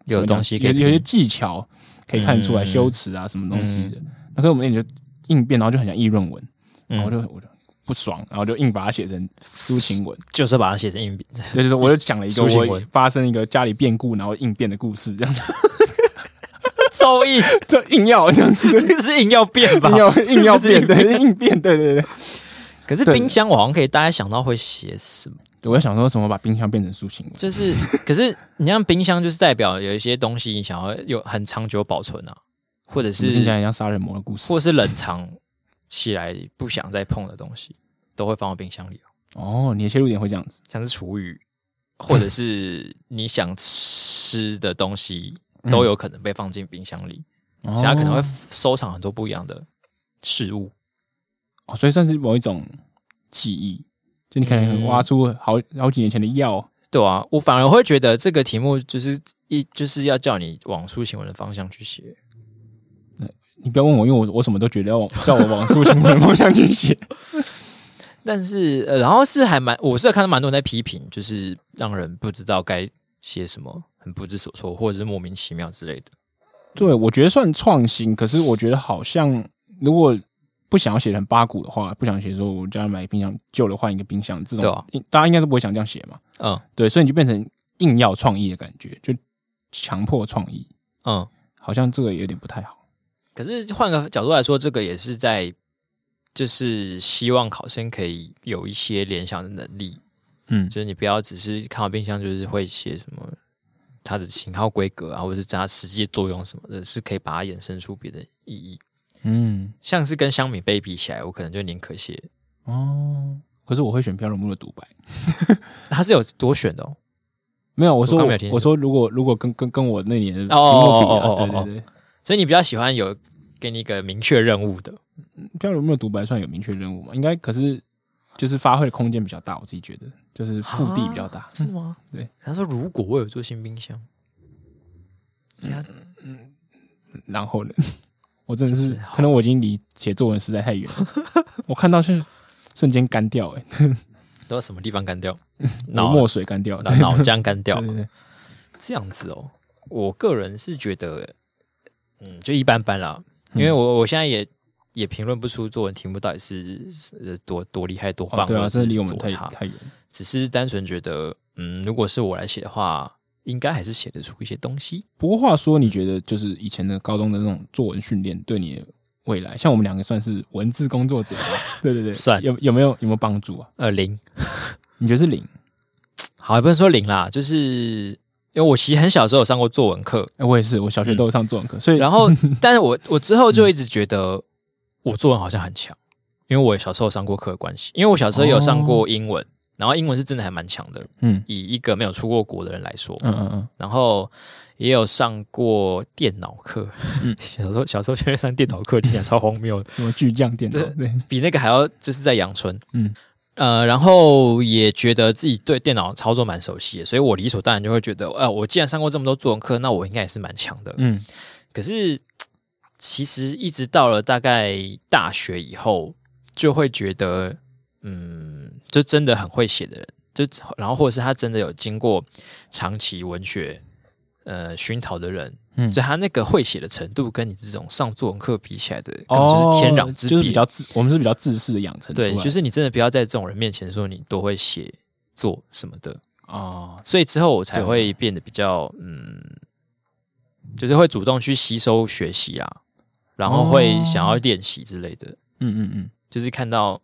Speaker 1: 有
Speaker 2: 怎么讲
Speaker 1: 东西可以
Speaker 2: 有有
Speaker 1: 拼
Speaker 2: 些技巧可以看出来
Speaker 1: 嗯
Speaker 2: 修辞啊什么东西的。那可是我们那年就应变，然后就很想议论文，然后我就
Speaker 1: 嗯
Speaker 2: 我就不爽，然后就硬把它写成抒 情文，
Speaker 1: 就是把它写成硬 笔。
Speaker 2: 对就是我就讲了一个
Speaker 1: 抒情
Speaker 2: 我
Speaker 1: 文
Speaker 2: 发生一个家里变故，然后应变的故事，这样
Speaker 1: 周易，
Speaker 2: 就硬要这样子。对
Speaker 1: 这个是硬要变 吧
Speaker 2: 硬？要硬要
Speaker 1: 这个是
Speaker 2: 变，
Speaker 1: 硬
Speaker 2: 对硬变，对对对。
Speaker 1: 可是
Speaker 2: 对
Speaker 1: 冰箱，我好像可以大家想到会写什 么，
Speaker 2: 我在想说，什么把冰箱变成抒情文？
Speaker 1: 就是，可是你像冰箱，就是代表有一些东西你想要有很长久保存啊，或者
Speaker 2: 听起
Speaker 1: 是
Speaker 2: 来像杀人魔的故事
Speaker 1: 或是冷藏起来不想再碰的东西，都会放到冰箱里、
Speaker 2: 哦。你的切入点会这样子，
Speaker 1: 像是厨余，或者是你想吃的东西，都有可能被放进冰箱里，
Speaker 2: 哦
Speaker 1: 所啊以它可能会收藏很多不一样的事物。
Speaker 2: 哦，所以算是某一种记忆，就你可
Speaker 1: 嗯
Speaker 2: 能挖出好好几年前的药，
Speaker 1: 对啊，我反而会觉得这个题目就是一就是要叫你往抒情文的方向去写。
Speaker 2: 你不要问我，因为我我什么都觉得哦要往叫我往抒情文的方向去写。
Speaker 1: 但是，呃，然后是还蛮，我是有看到蛮多人在批评，就是让人不知道该写什么，很不知所措，或者是莫名其妙之类的。
Speaker 2: 对，我觉得算创新，可是我觉得好像如果不想要写成八股的话，不想写说我家买冰箱旧了换一个冰箱这
Speaker 1: 对
Speaker 2: 种，
Speaker 1: 啊
Speaker 2: 应大家应该都不会想这样写嘛。
Speaker 1: 嗯
Speaker 2: 对，所以你就变成硬要创意的感觉，就强迫创意，
Speaker 1: 嗯，
Speaker 2: 好像这个有点不太好。
Speaker 1: 可是换个角度来说，这个也是在就是希望考生可以有一些联想的能力，
Speaker 2: 嗯
Speaker 1: 就是你不要只是看到冰箱就是会写什么它的型号规格啊，或者是它实际作用什么的，是可以把它衍生出别的意义。
Speaker 2: 嗯
Speaker 1: 像是跟香米杯比起来，我可能就宁可写
Speaker 2: 哦，可是我会选飘柔木的独白。
Speaker 1: 它是有多选的、哦。
Speaker 2: 没有，我说
Speaker 1: 我刚
Speaker 2: 我
Speaker 1: 没有听
Speaker 2: 我说如果如果跟跟跟我那年的题目比
Speaker 1: 哦
Speaker 2: 啊
Speaker 1: 哦哦，
Speaker 2: 对
Speaker 1: 哦
Speaker 2: 对对，
Speaker 1: 所以你比较喜欢有给你一个明确任务的，
Speaker 2: 漂流木的独白算有明确任务嘛？应该可是就是发挥的空间比较大，我自己觉得就是腹地比较大。
Speaker 1: 真的吗？
Speaker 2: 对。
Speaker 1: 嗯他说如果我有做新冰箱，嗯
Speaker 2: 然后呢， 我真的是
Speaker 1: 就是好
Speaker 2: 可能我已经离写作文实在太远了，我看到是瞬间干掉哎、
Speaker 1: 不知道什么地方干掉，
Speaker 2: 脑
Speaker 1: 脑
Speaker 2: 墨水干掉，
Speaker 1: 脑脑浆干掉
Speaker 2: 对，对对，
Speaker 1: 这样子哦。我个人是觉得，嗯，就一般般啦，因为
Speaker 2: 嗯
Speaker 1: 我我现在也也评论不出作文题目到底是呃多多厉害多
Speaker 2: 哦
Speaker 1: 棒，
Speaker 2: 对
Speaker 1: 或
Speaker 2: 啊，
Speaker 1: 者
Speaker 2: 真的离我们
Speaker 1: 多
Speaker 2: 太
Speaker 1: 差，
Speaker 2: 太远。
Speaker 1: 只是单纯觉得，嗯，如果是我来写的话，应该还是写得出一些东西。
Speaker 2: 不过话说，你觉得就是以前的高中的那种作文训练对你的未来？像我们两个算是文字工 作者嘛，对对对，
Speaker 1: 算
Speaker 2: 有有没有有没有帮助啊？
Speaker 1: 呃，零，
Speaker 2: 你觉得是零？
Speaker 1: 好，也不能说零啦，就是因为我其实很小的时候有上过作文课，
Speaker 2: 哎，我也是，我小学都有上作文课，所以
Speaker 1: 嗯然后，但是我我之后就一直觉得我作文好像很强，因为我小时候有上过课的关系，因为我小时候有上过英文，然后英文是真的还蛮强的，
Speaker 2: 嗯
Speaker 1: 以一个没有出过国的人来说，
Speaker 2: 嗯嗯嗯，
Speaker 1: 然后也有上过电脑课，
Speaker 2: 嗯
Speaker 1: 小时候小时候确实上电脑课，听起来超荒谬的，
Speaker 2: 什么巨匠电脑， 对，
Speaker 1: 比那个还要就是在阳春，
Speaker 2: 嗯
Speaker 1: 呃，然后也觉得自己对电脑操作蛮熟悉的，所以我理所当然就会觉得，呃，我既然上过这么多作文课，那我应该也是蛮强的。
Speaker 2: 嗯
Speaker 1: 可是其实一直到了大概大学以后，就会觉得，嗯，就真的很会写的人，就然后或者是他真的有经过长期文学呃熏陶的人，
Speaker 2: 嗯
Speaker 1: 所以他那个会写的程度跟你这种上作文课比起来的，根本
Speaker 2: 哦，
Speaker 1: 就是天壤之别。
Speaker 2: 就是比较自，我们是比较自私的养成出来
Speaker 1: 对
Speaker 2: 的，，
Speaker 1: 就是你真的不要在这种人面前说你多会写作什么的，
Speaker 2: 哦，
Speaker 1: 所以之后我才
Speaker 2: 对
Speaker 1: 会变得比较嗯，就是会主动去吸收学习啊，然后会
Speaker 2: 哦
Speaker 1: 想要练习之类的。
Speaker 2: 嗯嗯嗯，
Speaker 1: 就是看到，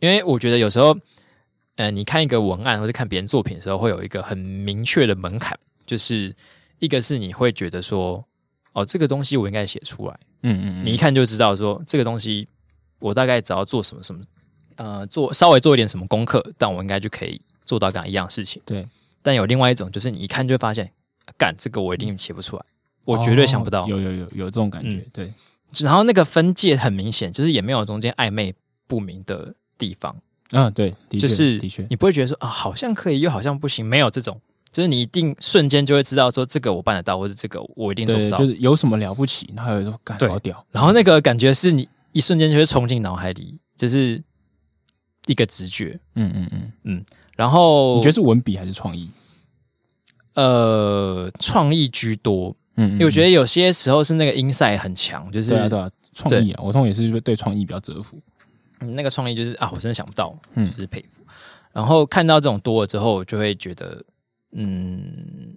Speaker 1: 因为我觉得有时候，呃，你看一个文案或者看别人作品的时候，会有一个很明确的门槛，就是一个是你会觉得说，哦，这个东西我应该写出来，
Speaker 2: 嗯嗯嗯，
Speaker 1: 你一看就知道说这个东西我大概只要做什么什么，呃，做稍微做一点什么功课，但我应该就可以做到跟他一样的事情。
Speaker 2: 对，
Speaker 1: 但有另外一种，就是你一看就会发现，啊干这个我一定写不出来，我绝对想不到。
Speaker 2: 哦有有有有这种感觉，
Speaker 1: 嗯
Speaker 2: 对，
Speaker 1: 然后那个分界很明显，就是也没有中间暧昧不明的地方，
Speaker 2: 嗯对，的确
Speaker 1: 就是
Speaker 2: 的确，
Speaker 1: 你不会觉得说啊，好像可以又好像不行，没有这种，就是你一定瞬间就会知道说这个我办得到，或者这个我一定做不
Speaker 2: 对，
Speaker 1: 到。
Speaker 2: 就是有什么了不起，然后有人说干
Speaker 1: 对
Speaker 2: 好屌，
Speaker 1: 然后那个感觉是你一瞬间就会冲进脑海里，就是一个直觉。
Speaker 2: 嗯嗯嗯，
Speaker 1: 然后
Speaker 2: 你觉得是文笔还是创意？
Speaker 1: 呃，创意居多，
Speaker 2: 嗯，
Speaker 1: 因为我觉
Speaker 2: 得
Speaker 1: 得有些时候是那个 insight 很强，就是
Speaker 2: 对啊对啊，创意啊，我通常也是对创意比较折服，
Speaker 1: 嗯那个创意就是啊，我真的想不到，
Speaker 2: 嗯
Speaker 1: 就是佩服。然后看到这种多了之后，就会觉得嗯，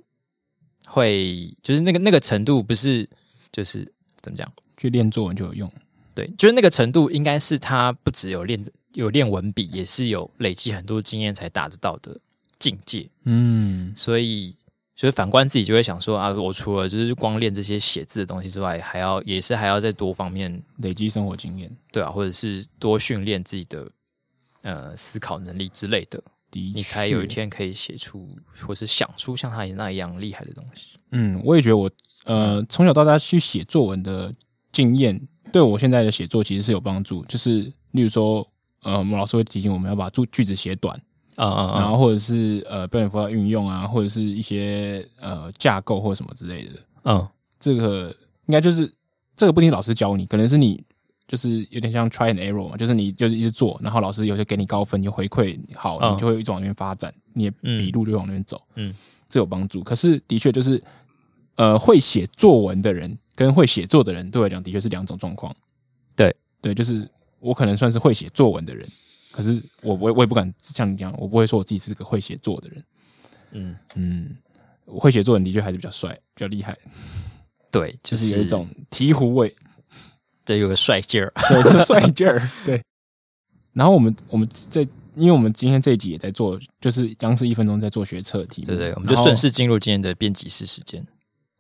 Speaker 1: 会就是那个那个程度不是就是怎么讲？
Speaker 2: 去练作文就有用，
Speaker 1: 对，就是那个程度应该是他不只有练有练文笔，也是有累积很多经验才达得到的境界。
Speaker 2: 嗯
Speaker 1: 所以就是反观自己，就会想说啊，我除了就是光练这些写字的东西之外，还要也是还要在多方面，
Speaker 2: 累积生活经验，
Speaker 1: 对啊，或者是多训练自己的呃思考能力之类的，
Speaker 2: 的
Speaker 1: 你才有一
Speaker 2: 确
Speaker 1: 天可以写出或是想出像他那样厉害的东西。
Speaker 2: 嗯，我也觉得我呃从小到大去写作文的经验，对我现在的写作其实是有帮助。就是例如说，呃，我们老师会提醒我们要把句句子写短，
Speaker 1: 啊啊
Speaker 2: 然
Speaker 1: 啊！
Speaker 2: 后或者是呃标点符号运用啊，或者是一些呃架构或什么之类的。
Speaker 1: 嗯，
Speaker 2: 这个应该就是这个不听老师教你，可能是你就是有点像 try and error 嘛，就是你就是一直做，然后老师有些给你高分，有回馈好，
Speaker 1: 嗯
Speaker 2: 你就会一直往那边发展，你的
Speaker 1: 嗯
Speaker 2: 笔路就会往那边走，
Speaker 1: 嗯，
Speaker 2: 这有帮助。可是的确就是，呃，会写作文的人跟会写作的人对我来讲的确是两种状况。
Speaker 1: 对
Speaker 2: 对，就是我可能算是会写作文的人。可是我不会，我也不敢像你一样，我不会说我自己是个会写作的人。
Speaker 1: 嗯，
Speaker 2: 嗯，我会写作文的确还是比较帅，比较厉害。
Speaker 1: 对，就
Speaker 2: 就是
Speaker 1: 是
Speaker 2: 有一种醍醐味，
Speaker 1: 对有个帅劲儿。
Speaker 2: 对，是帅劲儿，对。然后我们我们这，因为我们今天这一集也在做，就是央视一分钟在做学测题目，
Speaker 1: 对对，我们就
Speaker 2: 然后
Speaker 1: 顺势进入今天的编辑室时间。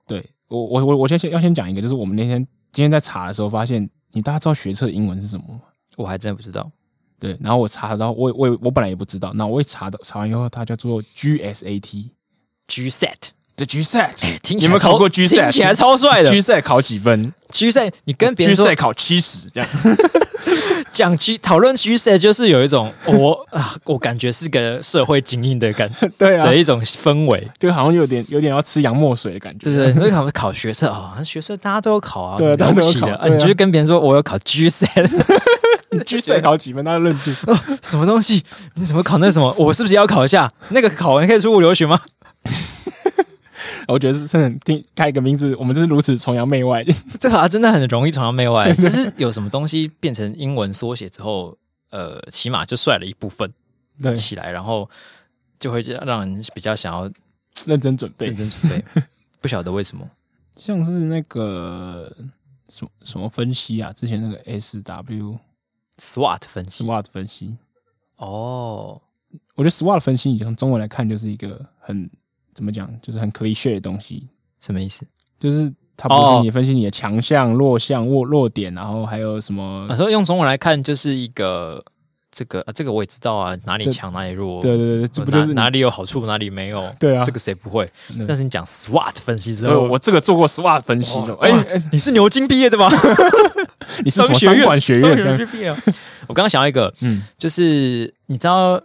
Speaker 2: 对我我我我先先要先讲一个，就是我们那天今天在查的时候发现，你大家知道学测英文是什么吗？
Speaker 1: 我还真不知道。
Speaker 2: 对，然后我查到，我我我本来也不知道，那我一查到查完以后，它叫做 GSAT，
Speaker 1: G set，
Speaker 2: 这 GSAT，
Speaker 1: 听起
Speaker 2: 哎你有
Speaker 1: 来
Speaker 2: 没有考
Speaker 1: 超
Speaker 2: 过
Speaker 1: 听
Speaker 2: GSAT？
Speaker 1: 起来超帅的。
Speaker 2: GSAT 考几分
Speaker 1: G set，你跟别人说
Speaker 2: ？GSAT 考七十这样。
Speaker 1: 讲 G 讨论 G set，就是有一种我啊，我感觉是个社会精英的 感
Speaker 2: 对啊
Speaker 1: 的，一种氛围。
Speaker 2: 就好像有点有点要吃洋墨水的感觉。
Speaker 1: 对对，所以他们考学测啊，学测大家都有考啊，
Speaker 2: 对啊
Speaker 1: 什么了不起
Speaker 2: 大家都有
Speaker 1: 的
Speaker 2: 考
Speaker 1: 啊，
Speaker 2: 对啊
Speaker 1: 你就是跟别人说我有考 G set，
Speaker 2: 你 GSAT 考几分，他就愣 住。
Speaker 1: 什么东西？你怎么考那什么？我是不是也要考一下？那个考完可以出国留学吗？
Speaker 2: 我觉得是真的很听开一个名字，我们真是如此崇洋媚外。
Speaker 1: 这好像真的很容易崇洋媚外，就是有什么东西变成英文缩写之后，呃，起码就帅了一部分。
Speaker 2: 对，
Speaker 1: 起来，然后就会让人比较想要
Speaker 2: 认真准备
Speaker 1: 认。真准备。不晓得为什么，
Speaker 2: 像是那个什么什么分析啊？之前那个 S W
Speaker 1: SWOT 分析
Speaker 2: SWOT 分析，
Speaker 1: 哦，
Speaker 2: 我觉得 SWOT 分析，你从中文来看，就是一个很怎么讲，就是很 cliche 的东西，
Speaker 1: 什么意思？
Speaker 2: 就是它不是
Speaker 1: 哦
Speaker 2: 你分析你的强项、弱项、弱弱点，然后还有什么
Speaker 1: 啊，？说用中文来看，就是一个这个、啊、这个我也知道啊，哪里
Speaker 2: 对
Speaker 1: 强哪里弱，
Speaker 2: 对对对对，这不
Speaker 1: 哦哪
Speaker 2: 就是你
Speaker 1: 哪里有好处哪里没有？
Speaker 2: 对啊
Speaker 1: 这个谁不会
Speaker 2: 对？
Speaker 1: 但是你讲 SWOT 分析之
Speaker 2: 对
Speaker 1: 后，
Speaker 2: 我这个做过 SWOT 分析的，哎
Speaker 1: 哎、
Speaker 2: 哎，
Speaker 1: 你是牛津毕业的吗？
Speaker 2: 你 是什
Speaker 1: 商
Speaker 2: 么
Speaker 1: 学
Speaker 2: 商
Speaker 1: 院
Speaker 2: 管学院这样？
Speaker 1: 商毕业啊。我刚刚想到一个，
Speaker 2: 嗯，
Speaker 1: 就是你知道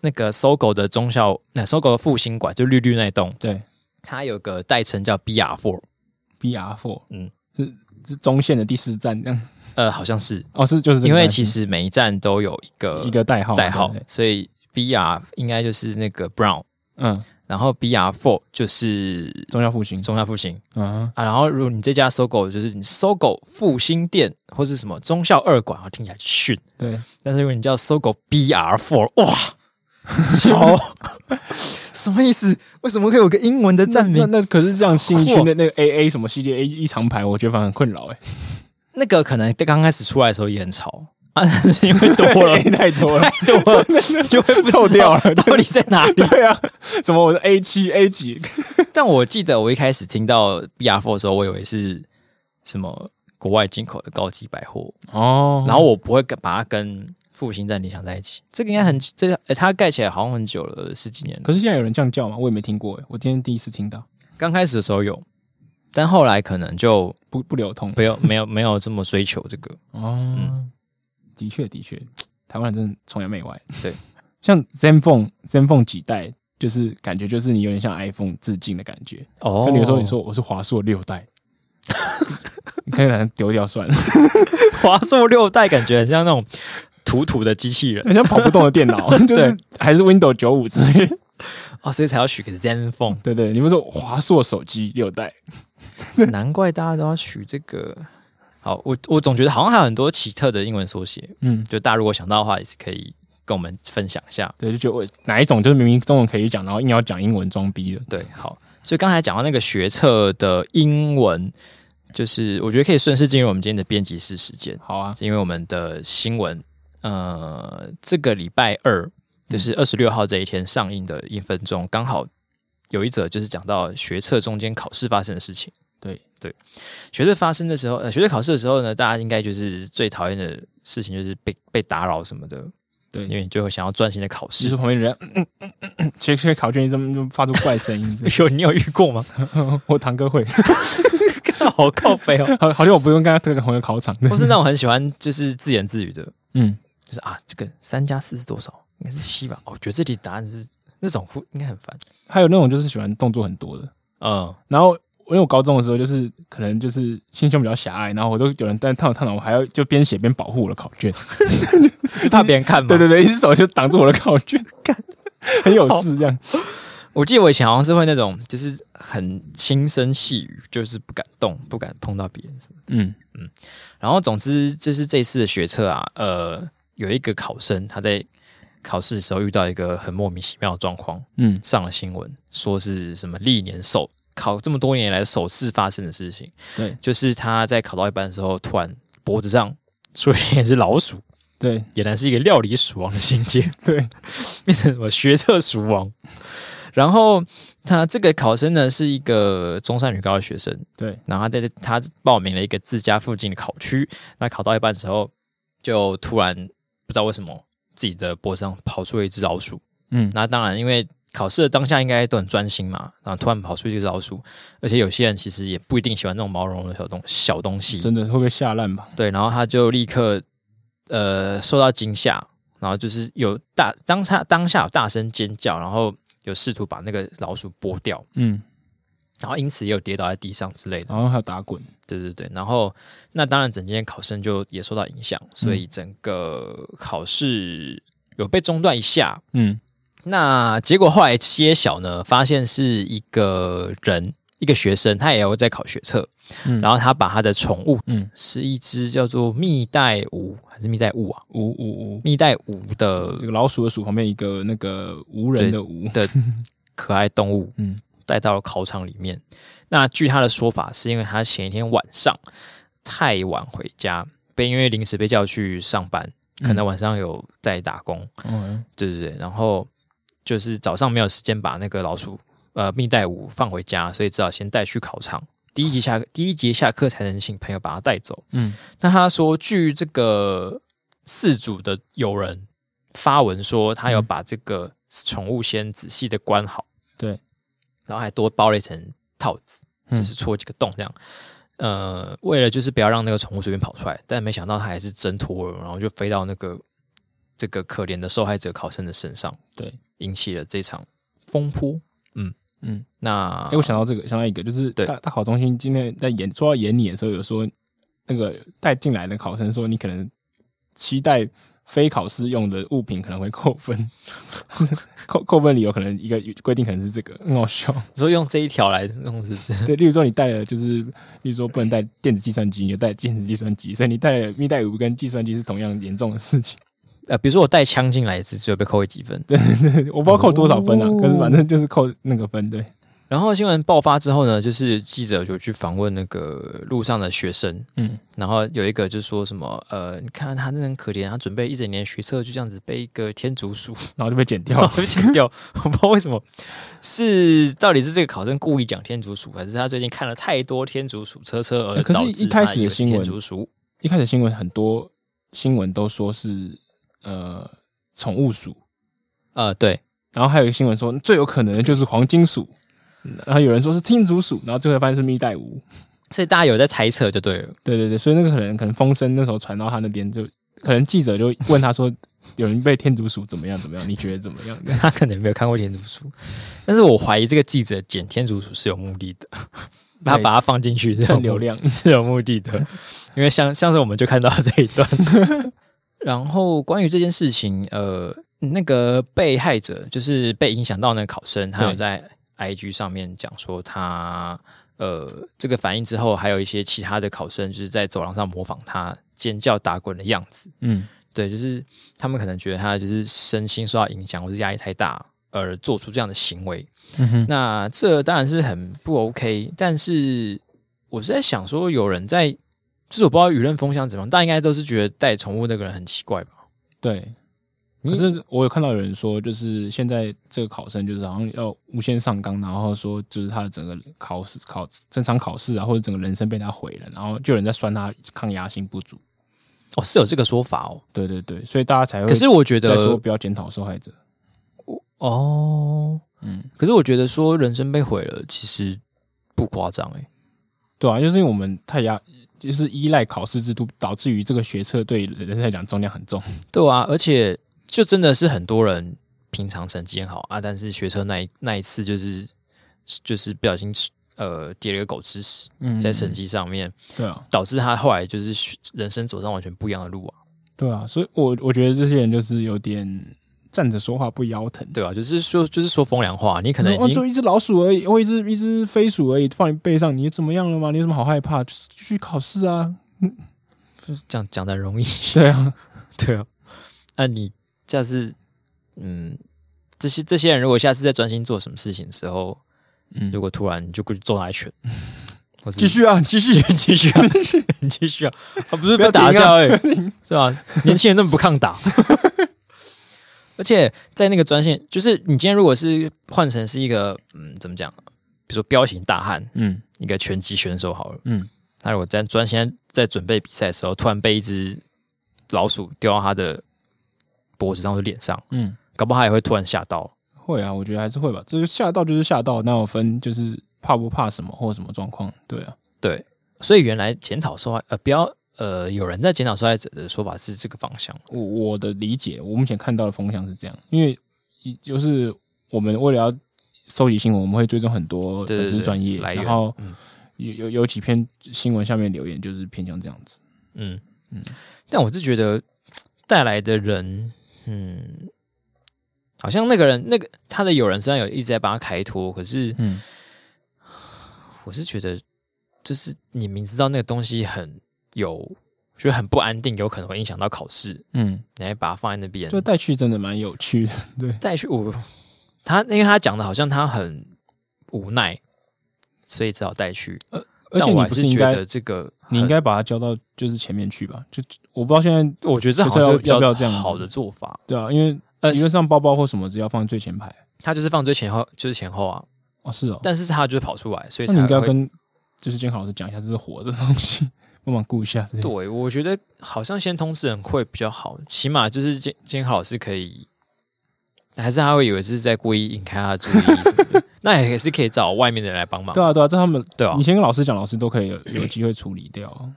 Speaker 1: 那个搜狗的中校，那、搜狗的复兴馆就绿绿那一栋，
Speaker 2: 对
Speaker 1: 它有个代称叫 BR Four，
Speaker 2: ，BR Four，嗯
Speaker 1: 嗯，
Speaker 2: 是是中线的第四站这样。
Speaker 1: 呃，好像是，
Speaker 2: 哦，是就是这个
Speaker 1: 因为
Speaker 2: 单
Speaker 1: 其
Speaker 2: 词
Speaker 1: 实每一站都有一个
Speaker 2: 一个代号嘛
Speaker 1: 代号
Speaker 2: 对不，对
Speaker 1: 所以 BR 应该就是那个 Brown，
Speaker 2: 嗯，
Speaker 1: 然后 BR Four 就是
Speaker 2: 中央复兴，
Speaker 1: 中校复兴
Speaker 2: 嗯，
Speaker 1: 啊，然后如果你这家搜狗就是你搜狗复兴店或是什么中校二馆，啊，听起来逊，
Speaker 2: 对，
Speaker 1: 但是如果你叫搜狗 BR Four，哇，超什么意思？为什么会有个英文的站
Speaker 2: 那
Speaker 1: 名？
Speaker 2: 那可是这
Speaker 1: 啊
Speaker 2: 样新一区的那个 A A 什么系列 A 一长排，我觉得反而很困扰 哎，
Speaker 1: 那个可能在刚开始出来的时候也很吵啊，但是因为多了
Speaker 2: A 太多了
Speaker 1: 太，多了，就会不知道
Speaker 2: 臭掉了
Speaker 1: 到底在哪里。
Speaker 2: 对啊，什么我的 A 七 A 几，
Speaker 1: 但我记得我一开始听到 BR Four 的时候，我以为是什么国外进口的高级百货，
Speaker 2: 哦
Speaker 1: 然后我不会跟把它跟复兴站联想在一起。这个应该很这个呃它盖起来好像很久了，十几年了。
Speaker 2: 可是现在有人这样叫吗？我也没听过哎，我今天第一次听到，
Speaker 1: 刚开始的时候有，但后来可能就
Speaker 2: 不不流通
Speaker 1: 没 有没有没有这么追求这个。
Speaker 2: 哦，的确的确，台湾人真的崇洋媚外，
Speaker 1: 对，
Speaker 2: 像 Zenfone Zenfone 几代。就是感觉就是你有点向 iPhone 致敬的感觉，
Speaker 1: 哦
Speaker 2: 就你有时候你说我是华硕六代， 你可以把它丢掉算了，
Speaker 1: 华硕六代，感觉很像那种 土土的机器人
Speaker 2: 很像跑不动的电 脑，就是还是 Windows 九五之类的。
Speaker 1: 哦，所以才要取个 Zen Phone。
Speaker 2: 对对，你们说华硕手机六代，
Speaker 1: 难怪大家都要取这个。好，我我总觉得好像还有很多奇特的英文缩写，
Speaker 2: 嗯，
Speaker 1: 就大家如果想到的话，也是可以跟我们分享一下。
Speaker 2: 对，就觉得我哪一种就是明明中文可以讲，然后硬要讲英文装逼的。
Speaker 1: 对，好，所以刚才讲到那个学测的英文，就是我觉得可以顺势进入我们今天的编辑室时间，
Speaker 2: 好啊，
Speaker 1: 因为我们的新闻，呃，这个礼拜二就是二十六号这一天上映的一分钟，刚好有一则就是讲到学测中间考试发生的事情。
Speaker 2: 对，
Speaker 1: 学测发生的时候，呃，学测考试的时候呢，大家应该就是最讨厌的事情就是被被打扰什么的，
Speaker 2: 对
Speaker 1: 因为你就会想要专心的考
Speaker 2: 就
Speaker 1: 试
Speaker 2: 是。旁边人，嗯嗯嗯嗯，切切考卷一直就发出怪声音之类
Speaker 1: 有你有遇过吗？
Speaker 2: 的。我堂哥会，
Speaker 1: 好靠背哦，
Speaker 2: 好，好像我不用跟他这个同一个考场。对
Speaker 1: 或是那种很喜欢就是自言自语的，
Speaker 2: 嗯，
Speaker 1: 就是啊，这个三加四是多少？应该是七吧？哦，我觉得这题答案是那种会应该很烦。
Speaker 2: 还有那种就是喜欢动作很多的，
Speaker 1: 嗯，
Speaker 2: 然后因为我高中的时候就是可能就是心胸比较狭隘，然后我都有人在烫烫烫，我还要就边写边保护我的考卷。
Speaker 1: 怕别人看嘛。
Speaker 2: 对对对，一只手就挡住我的考卷， 干很有事这样。
Speaker 1: 我记得我以前好像是会那种，就是很轻声细语，就是不敢动，不敢碰到别人什么的。
Speaker 2: 嗯，
Speaker 1: 然后总之就是这一次的学测啊，呃，有一个考生他在考试的时候遇到一个很莫名其妙的状况，
Speaker 2: 嗯，
Speaker 1: 上了新闻，说是什么历年首考这么多年来首次发生的事情，
Speaker 2: 对
Speaker 1: 就是他在考到一半的时候，突然脖子上出现一只老鼠，
Speaker 2: 对
Speaker 1: 俨然是一个料理鼠王的心结，
Speaker 2: 对，
Speaker 1: 变成什么学测鼠王。然后他这个考生呢是一个中山女高的学生，
Speaker 2: 对，
Speaker 1: 然后他在他报名了一个自家附近的考区，那考到一半的时候，就突然不知道为什么自己的脖子上跑出了一只老鼠。
Speaker 2: 嗯
Speaker 1: 那当然，因为考试的当下应该都很专心嘛，然后突然跑出一只老鼠，而且有些人其实也不一定喜欢那种毛茸茸的小东小东西，
Speaker 2: 真的会被吓烂吧？
Speaker 1: 对，然后他就立刻呃受到惊吓，然后就是有大当下当下有大声尖叫，然后有试图把那个老鼠剥掉，
Speaker 2: 嗯，
Speaker 1: 然后因此也有跌倒在地上之类的。
Speaker 2: 然后还有打滚，
Speaker 1: 对对对，然后那当然，整间考生就也受到影响，
Speaker 2: 嗯
Speaker 1: 所以整个考试有被中断一下。
Speaker 2: 嗯
Speaker 1: 那结果后来揭晓呢，发现是一个人，一个学生，他也有在考学测，
Speaker 2: 嗯
Speaker 1: 然后他把他的宠物
Speaker 2: 嗯，
Speaker 1: 是一只叫做蜜袋鼯还是蜜袋鼯啊？
Speaker 2: 无无无，
Speaker 1: 蜜袋鼯的
Speaker 2: 这个老鼠的鼠旁边一个那个无人的无，
Speaker 1: 的可爱动物，
Speaker 2: 嗯
Speaker 1: 嗯，带到了考场里面。那据他的说法，是因为他前一天晚上太晚回家，被因为临时被叫去上班，可能晚上有在打工，
Speaker 2: 嗯，
Speaker 1: 对对对，然后就是早上没有时间把那个老鼠呃蜜袋鼯放回家，所以只好先带去考场。第一节下第一节下课才能请朋友把它带走。
Speaker 2: 嗯，
Speaker 1: 那他说，据这个事主的友人发文说，他有把这个宠物先仔细的关好，
Speaker 2: 对，
Speaker 1: 然后还多包了一层套子，
Speaker 2: 嗯
Speaker 1: 就是戳几个洞这样。呃，为了就是不要让那个宠物随便跑出来，但没想到它还是挣脱了，然后就飞到那个这个可怜的受害者考生的身上，
Speaker 2: 对，
Speaker 1: 引起了这场风波。嗯
Speaker 2: 嗯，
Speaker 1: 那
Speaker 2: 哎、我想到这个，想到一个，就是
Speaker 1: 啊对
Speaker 2: 大大考中心今天在演说到演你的时候，有说那个带进来的考生说，你可能期待非考试用的物品可能会扣分，扣扣分理由可能一个规定可能是这个，很好笑。
Speaker 1: 说用这一条来弄是不是？
Speaker 2: 对，例如说你带了就是，例如说不能带电子计算机，你就带电子计算机，所以你带了密带五跟计算机是同样严重的事情。
Speaker 1: 呃，比如说我带枪进来一次，只有被扣一几分。
Speaker 2: 我不知道扣多少分啊，
Speaker 1: 哦
Speaker 2: 可是反正就是扣那个分，对，
Speaker 1: 然后新闻爆发之后呢，就是记者就去访问那个路上的学生，
Speaker 2: 嗯，
Speaker 1: 然后有一个就说什么，呃，你看他那很可怜，他准备一整年学测就这样子被一个天竺 鼠
Speaker 2: 然后就被剪掉
Speaker 1: 然
Speaker 2: 了。
Speaker 1: 后剪掉， 我不知道为什么是到底是这个考生故意讲天竺鼠，还是他最近看了太多天竺鼠车车而
Speaker 2: 哎可是
Speaker 1: 导致
Speaker 2: 一开始
Speaker 1: 他以为是
Speaker 2: 新闻
Speaker 1: 天竺鼠
Speaker 2: 一开始新闻很多新闻都说是呃宠物鼠，
Speaker 1: 呃对，
Speaker 2: 然后还有一个新闻说最有可能的就是黄金鼠，然后有人说是天竺鼠，然后最后发现是蜜袋鼯。
Speaker 1: 所以大家有在猜测就对了，
Speaker 2: 对对对，所以那个可能可能风声那时候传到他那边就。可能记者就问他说：“有人被天竺鼠怎么样？怎么样？你觉得怎么样？”
Speaker 1: 他可能没有看过天竺鼠，但是我怀疑这个记者剪天竺鼠是有目的的，他把它放进去是有
Speaker 2: 蹭
Speaker 1: 目
Speaker 2: 流量。
Speaker 1: 是有目的的，因为像像是我们就看到这一段。 然后关于这件事情，呃，那个被害者就是被影响到那个考生，他有
Speaker 2: 对
Speaker 1: 在 IG 上面讲说他呃这个反应之后，还有一些其他的考生就是在走廊上模仿他尖叫打滚的样子。
Speaker 2: 嗯，
Speaker 1: 对，就是他们可能觉得他就是身心受到影响，或是压力太大而做出这样的行为。
Speaker 2: 嗯
Speaker 1: 那这当然是很不 OK，但是我是在想说，有人在，就是我不知道舆论风向怎么样，大家应该都是觉得带宠物那个人很奇怪吧？
Speaker 2: 对。
Speaker 1: 你
Speaker 2: 可是我有看到有人说，就是现在这个考生就是好像要无限上纲，然后说就是他的整个考试考正常考试啊，或者整个人生被他毁了，然后就有人在酸他抗压性不足。
Speaker 1: 哦，是有这个说法哦。
Speaker 2: 对对对，所以大家才会
Speaker 1: 可是我觉
Speaker 2: 在呃说
Speaker 1: 得，
Speaker 2: 不要检讨受害者。
Speaker 1: 哦，
Speaker 2: 嗯，
Speaker 1: 可是我觉得说人生被毁了，其实不夸张欸诶。
Speaker 2: 对啊，就是因为我们太压，就是依赖考试制度，导致于这个学测对人生来讲重量很重。
Speaker 1: 对啊，而且就真的是很多人平常成绩很好啊，但是学车那一那一次就是就是不小心呃跌了个狗吃屎，
Speaker 2: 嗯
Speaker 1: 在成绩上面。
Speaker 2: 对啊，
Speaker 1: 导致他后来就是选人生走上完全不一样的路啊，
Speaker 2: 对啊，所以我我觉得这些人就是有点站着说话不腰疼。
Speaker 1: 对吧、就是说，就是说风凉话，你可能
Speaker 2: 嗯我
Speaker 1: 已
Speaker 2: 就
Speaker 1: 经
Speaker 2: 一只老鼠而已，我一只一只飞鼠而已，放你背上，你怎么样了吗？你有什么好害怕？就是继续考试啊！
Speaker 1: 讲讲的容易，
Speaker 2: 对啊，
Speaker 1: 对啊。那你下次，嗯，这些这些人如果下次在专心做什么事情的时候，
Speaker 2: 嗯
Speaker 1: 如果突然你就过去揍他一拳，或是
Speaker 2: 继续啊，继续，
Speaker 1: 继续 啊，你 继续啊，他不是
Speaker 2: 不
Speaker 1: 被
Speaker 2: 要
Speaker 1: 打
Speaker 2: 停
Speaker 1: 下
Speaker 2: 啊
Speaker 1: 而已，是吧？年轻人那么不抗打，而且在那个专线，就是你今天如果是换成是一个，嗯，怎么讲？比如说彪形大汉，
Speaker 2: 嗯
Speaker 1: 一个拳击选手好了，
Speaker 2: 嗯，
Speaker 1: 他如果在专心在准备比赛的时候，突然被一只老鼠掉到他的脖子上或者脸上，
Speaker 2: 嗯，
Speaker 1: 搞不好他也会突然吓到。
Speaker 2: 会啊，我觉得还是会吧。这个吓到就是吓到，那有分就是怕不怕什么或什么状况？对啊，
Speaker 1: 对，所以原来检讨受害呃，不要呃，有人在检讨受害者的说法是这个方向。
Speaker 2: 我我的理解，我目前看到的风向是这样，因为一就是我们为了要收集新闻，我们会追踪很多
Speaker 1: 对对
Speaker 2: 粉丝
Speaker 1: 对
Speaker 2: 专业，
Speaker 1: 来源
Speaker 2: 然后
Speaker 1: 嗯
Speaker 2: 有有有几篇新闻下面留言就是偏向这样子。
Speaker 1: 嗯嗯
Speaker 2: 嗯，
Speaker 1: 但我是觉得带来的人，嗯，好像那个人那个他的友人虽然有一直在帮他开脱，可是
Speaker 2: 嗯，
Speaker 1: 我是觉得，就是你明知道那个东西很有，就很不安定，有可能会影响到考试，
Speaker 2: 嗯，
Speaker 1: 你还把它放在那边，
Speaker 2: 就带去真的蛮有趣的，对，
Speaker 1: 再去我他，因为他讲的好像他很无奈，所以只好带去。
Speaker 2: 而且
Speaker 1: 但我
Speaker 2: 你
Speaker 1: 还
Speaker 2: 不是应
Speaker 1: 觉
Speaker 2: 该
Speaker 1: 得这个
Speaker 2: 你应该把它交到就是前面去吧。就我不知道现在
Speaker 1: 我觉得这好像是比
Speaker 2: 要不要
Speaker 1: 较
Speaker 2: 这样
Speaker 1: 好的做法。
Speaker 2: 对啊，因为
Speaker 1: 呃
Speaker 2: 理论上包包或什么只要放在最前排
Speaker 1: 他就是放最前后，就是前后啊，
Speaker 2: 哦，是哦。
Speaker 1: 但是他就是跑出来，所以
Speaker 2: 那
Speaker 1: 才
Speaker 2: 你应该要
Speaker 1: 会
Speaker 2: 跟就是监考老师讲一下，这是活的东西， 帮忙顾一下这些。
Speaker 1: 对，啊我觉得好像先通知人会比较好，起码就是监监考老师可以，还是他会以为是在故意引开他的注意力什么 的，那也是可以找外面的人来帮忙
Speaker 2: 对，啊，对啊，这他们
Speaker 1: 对啊
Speaker 2: 你。先跟老师讲，老师都可以有有机会处理掉。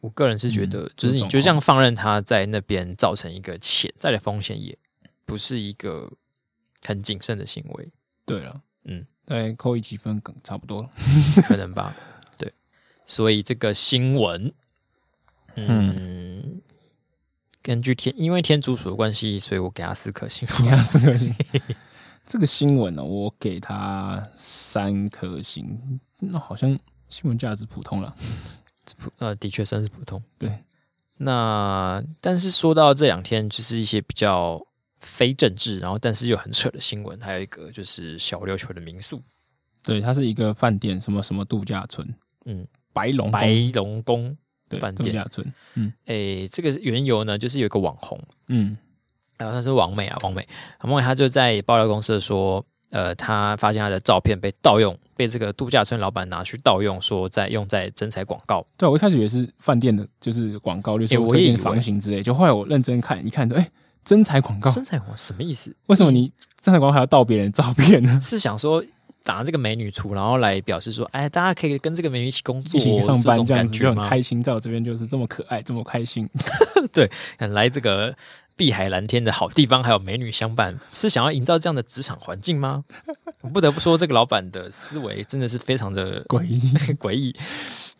Speaker 1: 我个人是觉得，就是你就嗯这样哦放任他在那边造成一个潜在的风险，也不是一个很谨慎的行为，
Speaker 2: 对了，
Speaker 1: 嗯，
Speaker 2: 对，扣一几分梗差不多了。
Speaker 1: 可能 吧？对，所以这个新闻，嗯，根据天因为天竺鼠的关系，所以我给他四颗星。
Speaker 2: 你要四颗 星。这个新闻呢、我给他三颗星，那好像新闻价值普通了。
Speaker 1: 呃，的确算是普通。
Speaker 2: 对，
Speaker 1: 那但是说到这两天，就是一些比较非政治，然后但是又很扯的新闻，还有一个就是小琉球的民宿，
Speaker 2: 对，它是一个饭店，什么什么度假村，
Speaker 1: 嗯，
Speaker 2: 白龙宫
Speaker 1: 白龙宫。
Speaker 2: 对
Speaker 1: 饭
Speaker 2: 度
Speaker 1: 店
Speaker 2: 假村，
Speaker 1: 诶，这个缘由呢，就是有一个网红，
Speaker 2: 嗯
Speaker 1: 然后她是王美啊，王美，王美她就在爆料公社说，呃，她发现她的照片被盗用，被这个度假村老板拿去盗用，说在用在征才广告。
Speaker 2: 对，啊我一开始以为是饭店的，就是广告，就是
Speaker 1: 欸我
Speaker 2: 推
Speaker 1: 也
Speaker 2: 荐
Speaker 1: 以为
Speaker 2: 房型之类。就后来我认真看一看，哎、真才广告，
Speaker 1: 征才广告什么意思？
Speaker 2: 为什么你真才广告还要盗别人的照 片呢？
Speaker 1: 是想说打这个美女图，然后来表示说，哎，大家可以跟这个美女一起工作，
Speaker 2: 一起上班
Speaker 1: 种
Speaker 2: 这样
Speaker 1: 感
Speaker 2: 子
Speaker 1: 觉
Speaker 2: 就很
Speaker 1: 吗？
Speaker 2: 开心，在我这边就是这么可爱，这么开心。
Speaker 1: 很来这个碧海蓝天的好地方，还有美女相伴，是想要营造这样的职场环境吗？我不得不说，这个老板的思维真的是非常的
Speaker 2: 诡异，
Speaker 1: 诡异。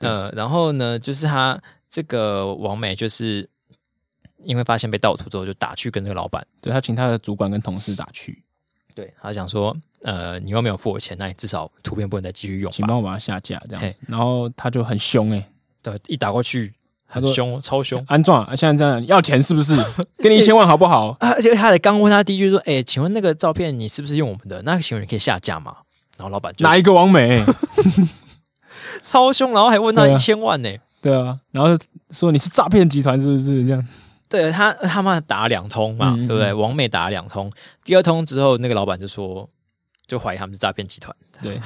Speaker 1: 呃，然后呢，就是他这个王美，就是因为发现被盗图之后，就打去跟这个老板，
Speaker 2: 对他请他的主管跟同事打去，
Speaker 1: 对他想说，呃，你又没有付我钱，那你至少图片不能再继续用
Speaker 2: 请
Speaker 1: 吧？
Speaker 2: 帮我把它下架这样子。然后他就很凶哎、
Speaker 1: 对，一打过去
Speaker 2: 他
Speaker 1: 很
Speaker 2: 说
Speaker 1: 凶，超凶。
Speaker 2: 安壮、啊，现在这样要钱是 不是？给你一千万好不好？
Speaker 1: 啊，而且他还刚问他第一句说：“哎、请问那个照片你是不是用我们的？那请问你可以下架吗？”然后老板就
Speaker 2: 哪一个王美？
Speaker 1: 超凶，然后还问他
Speaker 2: 对啊
Speaker 1: 一千万呢、
Speaker 2: 对啊，然后说你是诈骗集团是不是？这样
Speaker 1: 对他他妈打两通嘛，
Speaker 2: 嗯嗯
Speaker 1: 对不对？王美打两通，第二通之后，那个老板就说，就怀疑他们是诈骗集团，
Speaker 2: 对，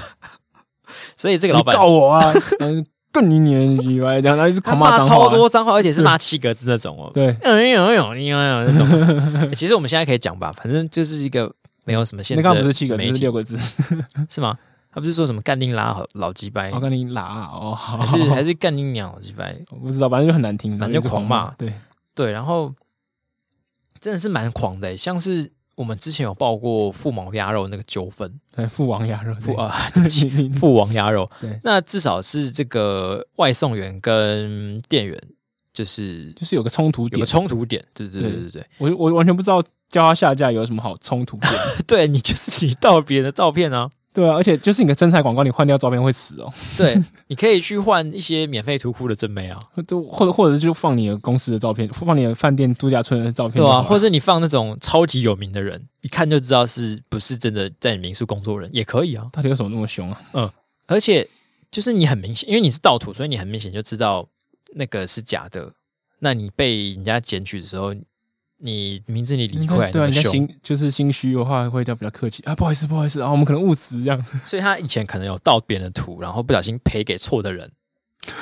Speaker 1: 所以这
Speaker 2: 你
Speaker 1: 个老板
Speaker 2: 告我啊， 嗯，更你年几歪这样，然后一直
Speaker 1: 他
Speaker 2: 狂骂脏话，
Speaker 1: 超多脏话，而且是骂七格字那种哦。
Speaker 2: 对，
Speaker 1: 哎呦哎呦哎呦哎呦那种。 其实我们现在可以讲吧，反正就是一个没有什么限
Speaker 2: 那
Speaker 1: 制
Speaker 2: 刚
Speaker 1: 的
Speaker 2: 刚
Speaker 1: 媒体。
Speaker 2: 不是七个字，是六个字，
Speaker 1: 是吗？他不是说什么干丁拉好老鸡掰
Speaker 2: 我，跟你拉啊 哦，好
Speaker 1: 还是还是干丁娘老鸡掰？
Speaker 2: 我不知道，反正就很难听，
Speaker 1: 反正就
Speaker 2: 然后一直
Speaker 1: 狂骂
Speaker 2: 对，
Speaker 1: 对，然后真的是蛮狂的欸，像是我们之前有报过富毛鸭肉那个纠纷，
Speaker 2: 对，父王鸭肉，
Speaker 1: 富
Speaker 2: 对
Speaker 1: 啊、 对不起，
Speaker 2: 你
Speaker 1: 富王鸭肉，
Speaker 2: 对
Speaker 1: 那至少是这个外送员跟店员就是
Speaker 2: 就是有个冲突
Speaker 1: 有个
Speaker 2: 点，
Speaker 1: 冲突点，对对对
Speaker 2: 对
Speaker 1: 对对
Speaker 2: 我我完全不知道叫他下架有什么好冲突点，
Speaker 1: 对， 对你就是你盗别人的照片啊，
Speaker 2: 对啊，而且就是你的真彩广告，你换掉照片会死哦，
Speaker 1: 对，你可以去换一些免费图库的真美啊，
Speaker 2: 就或者或者就放你的公司的照片，放你的饭店度假村的照片就
Speaker 1: 对
Speaker 2: 好
Speaker 1: 啊，
Speaker 2: 了，
Speaker 1: 或是你放那种超级有名的人，一看就知道是不是真的在你民宿工作人也可以啊，
Speaker 2: 到底有什么那么凶啊？
Speaker 1: 而且就是你很明显，因为你是盗图，所以你很明显就知道那个是假的。那你被人家检举的时候，你名字你理
Speaker 2: 应
Speaker 1: 亏
Speaker 2: 该
Speaker 1: 还
Speaker 2: 对啊，
Speaker 1: 那么
Speaker 2: 人家
Speaker 1: 凶，
Speaker 2: 心就是心虚的话，会叫比较客气啊，不好意思，不好意思啊，我们可能误植这样，
Speaker 1: 所以他以前可能有盗别人的图，然后不小心赔给错的人。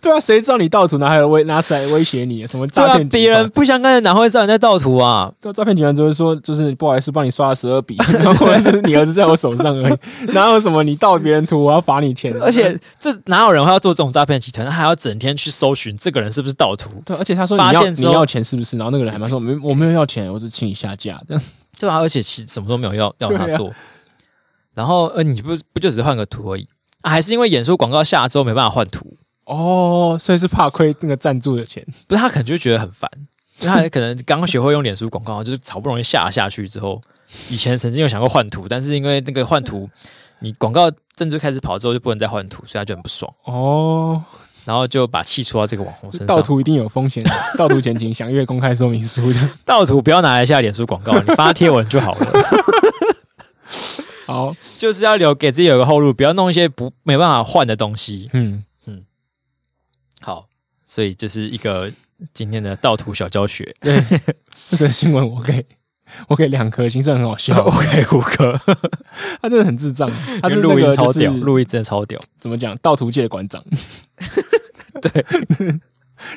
Speaker 2: 对啊，谁知道你盗图拿还有威拿起来威胁你什么
Speaker 1: 对
Speaker 2: 诈
Speaker 1: 啊，
Speaker 2: 骗集
Speaker 1: 别
Speaker 2: 团
Speaker 1: 人？不相干的哪会知道你在盗图啊？
Speaker 2: 对啊，诈骗集团只会说就是不好意思，帮你刷了十二笔， 然后是你儿子在我手上而 已，哪有什么你盗别人图我要罚你钱？啊
Speaker 1: 而且这哪有人会要做这种诈骗集团？他还要整天去搜寻这个人是不是盗图，
Speaker 2: 对，而且他说你
Speaker 1: 发
Speaker 2: 要
Speaker 1: 现
Speaker 2: 你
Speaker 1: 之后
Speaker 2: 要钱是不是？然后那个人还蛮说没我没有要钱，我只请你下架。这样
Speaker 1: 对啊，而且其什么都没有要要
Speaker 2: 对啊
Speaker 1: 他做，然后呃，你不不就只是换个图而已、啊？还是因为演出广告下了之后没办法换图？
Speaker 2: 哦，所以是怕亏那个赞助的钱。
Speaker 1: 不是他可能就觉得很烦，因为他可能刚学会用脸书广告，就是好不容易下下去之后，以前曾经有想过换图，但是因为那个换图，你广告正式开始跑之后就不能再换图，所以他就很不爽，
Speaker 2: 哦，
Speaker 1: 然后就把气出到这个网红身上。
Speaker 2: 盗图一定有风险， 盗图前请详阅公开说明书。这样
Speaker 1: 盗图不要拿来下脸书广告，你发贴文就好了，
Speaker 2: 好，
Speaker 1: 就是要留给自己有个后路，不要弄一些不没办法换的东西。
Speaker 2: 嗯
Speaker 1: 嗯
Speaker 2: 嗯，
Speaker 1: 所以就是一个今天的盗图小教学，
Speaker 2: 这个新闻我给我给两颗星，算很好 笑。
Speaker 1: OK 胡歌，
Speaker 2: 他真的很智障，他是
Speaker 1: 录
Speaker 2: 那
Speaker 1: 音
Speaker 2: 个
Speaker 1: 超
Speaker 2: 就是
Speaker 1: 屌，录音真的超屌，
Speaker 2: 怎么讲，盗图界的馆 长，
Speaker 1: 对。。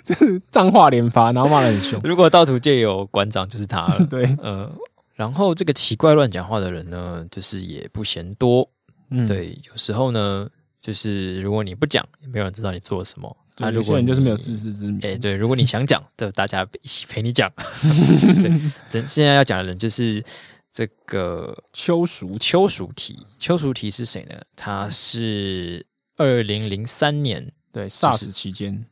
Speaker 2: 就是脏话连发，然后骂的很凶。
Speaker 1: 如果盗图界有馆长，就是他了
Speaker 2: 对，
Speaker 1: 呃，然后这个奇怪乱讲话的人呢，就是也不嫌多。
Speaker 2: 嗯，
Speaker 1: 对，有时候呢，就是如果你不讲，也没有人知道你做了什么。
Speaker 2: 对，
Speaker 1: 那
Speaker 2: 有
Speaker 1: 啊如
Speaker 2: 些
Speaker 1: 果
Speaker 2: 人
Speaker 1: 你
Speaker 2: 就是没有自知之明。
Speaker 1: 哎、对，如果你想讲，就大家一起陪你讲。 对，真现在要讲的人就是这个
Speaker 2: 秋熟
Speaker 1: 邱淑提。邱淑提是谁呢？他是二零零三年
Speaker 2: 对 SARS 期间，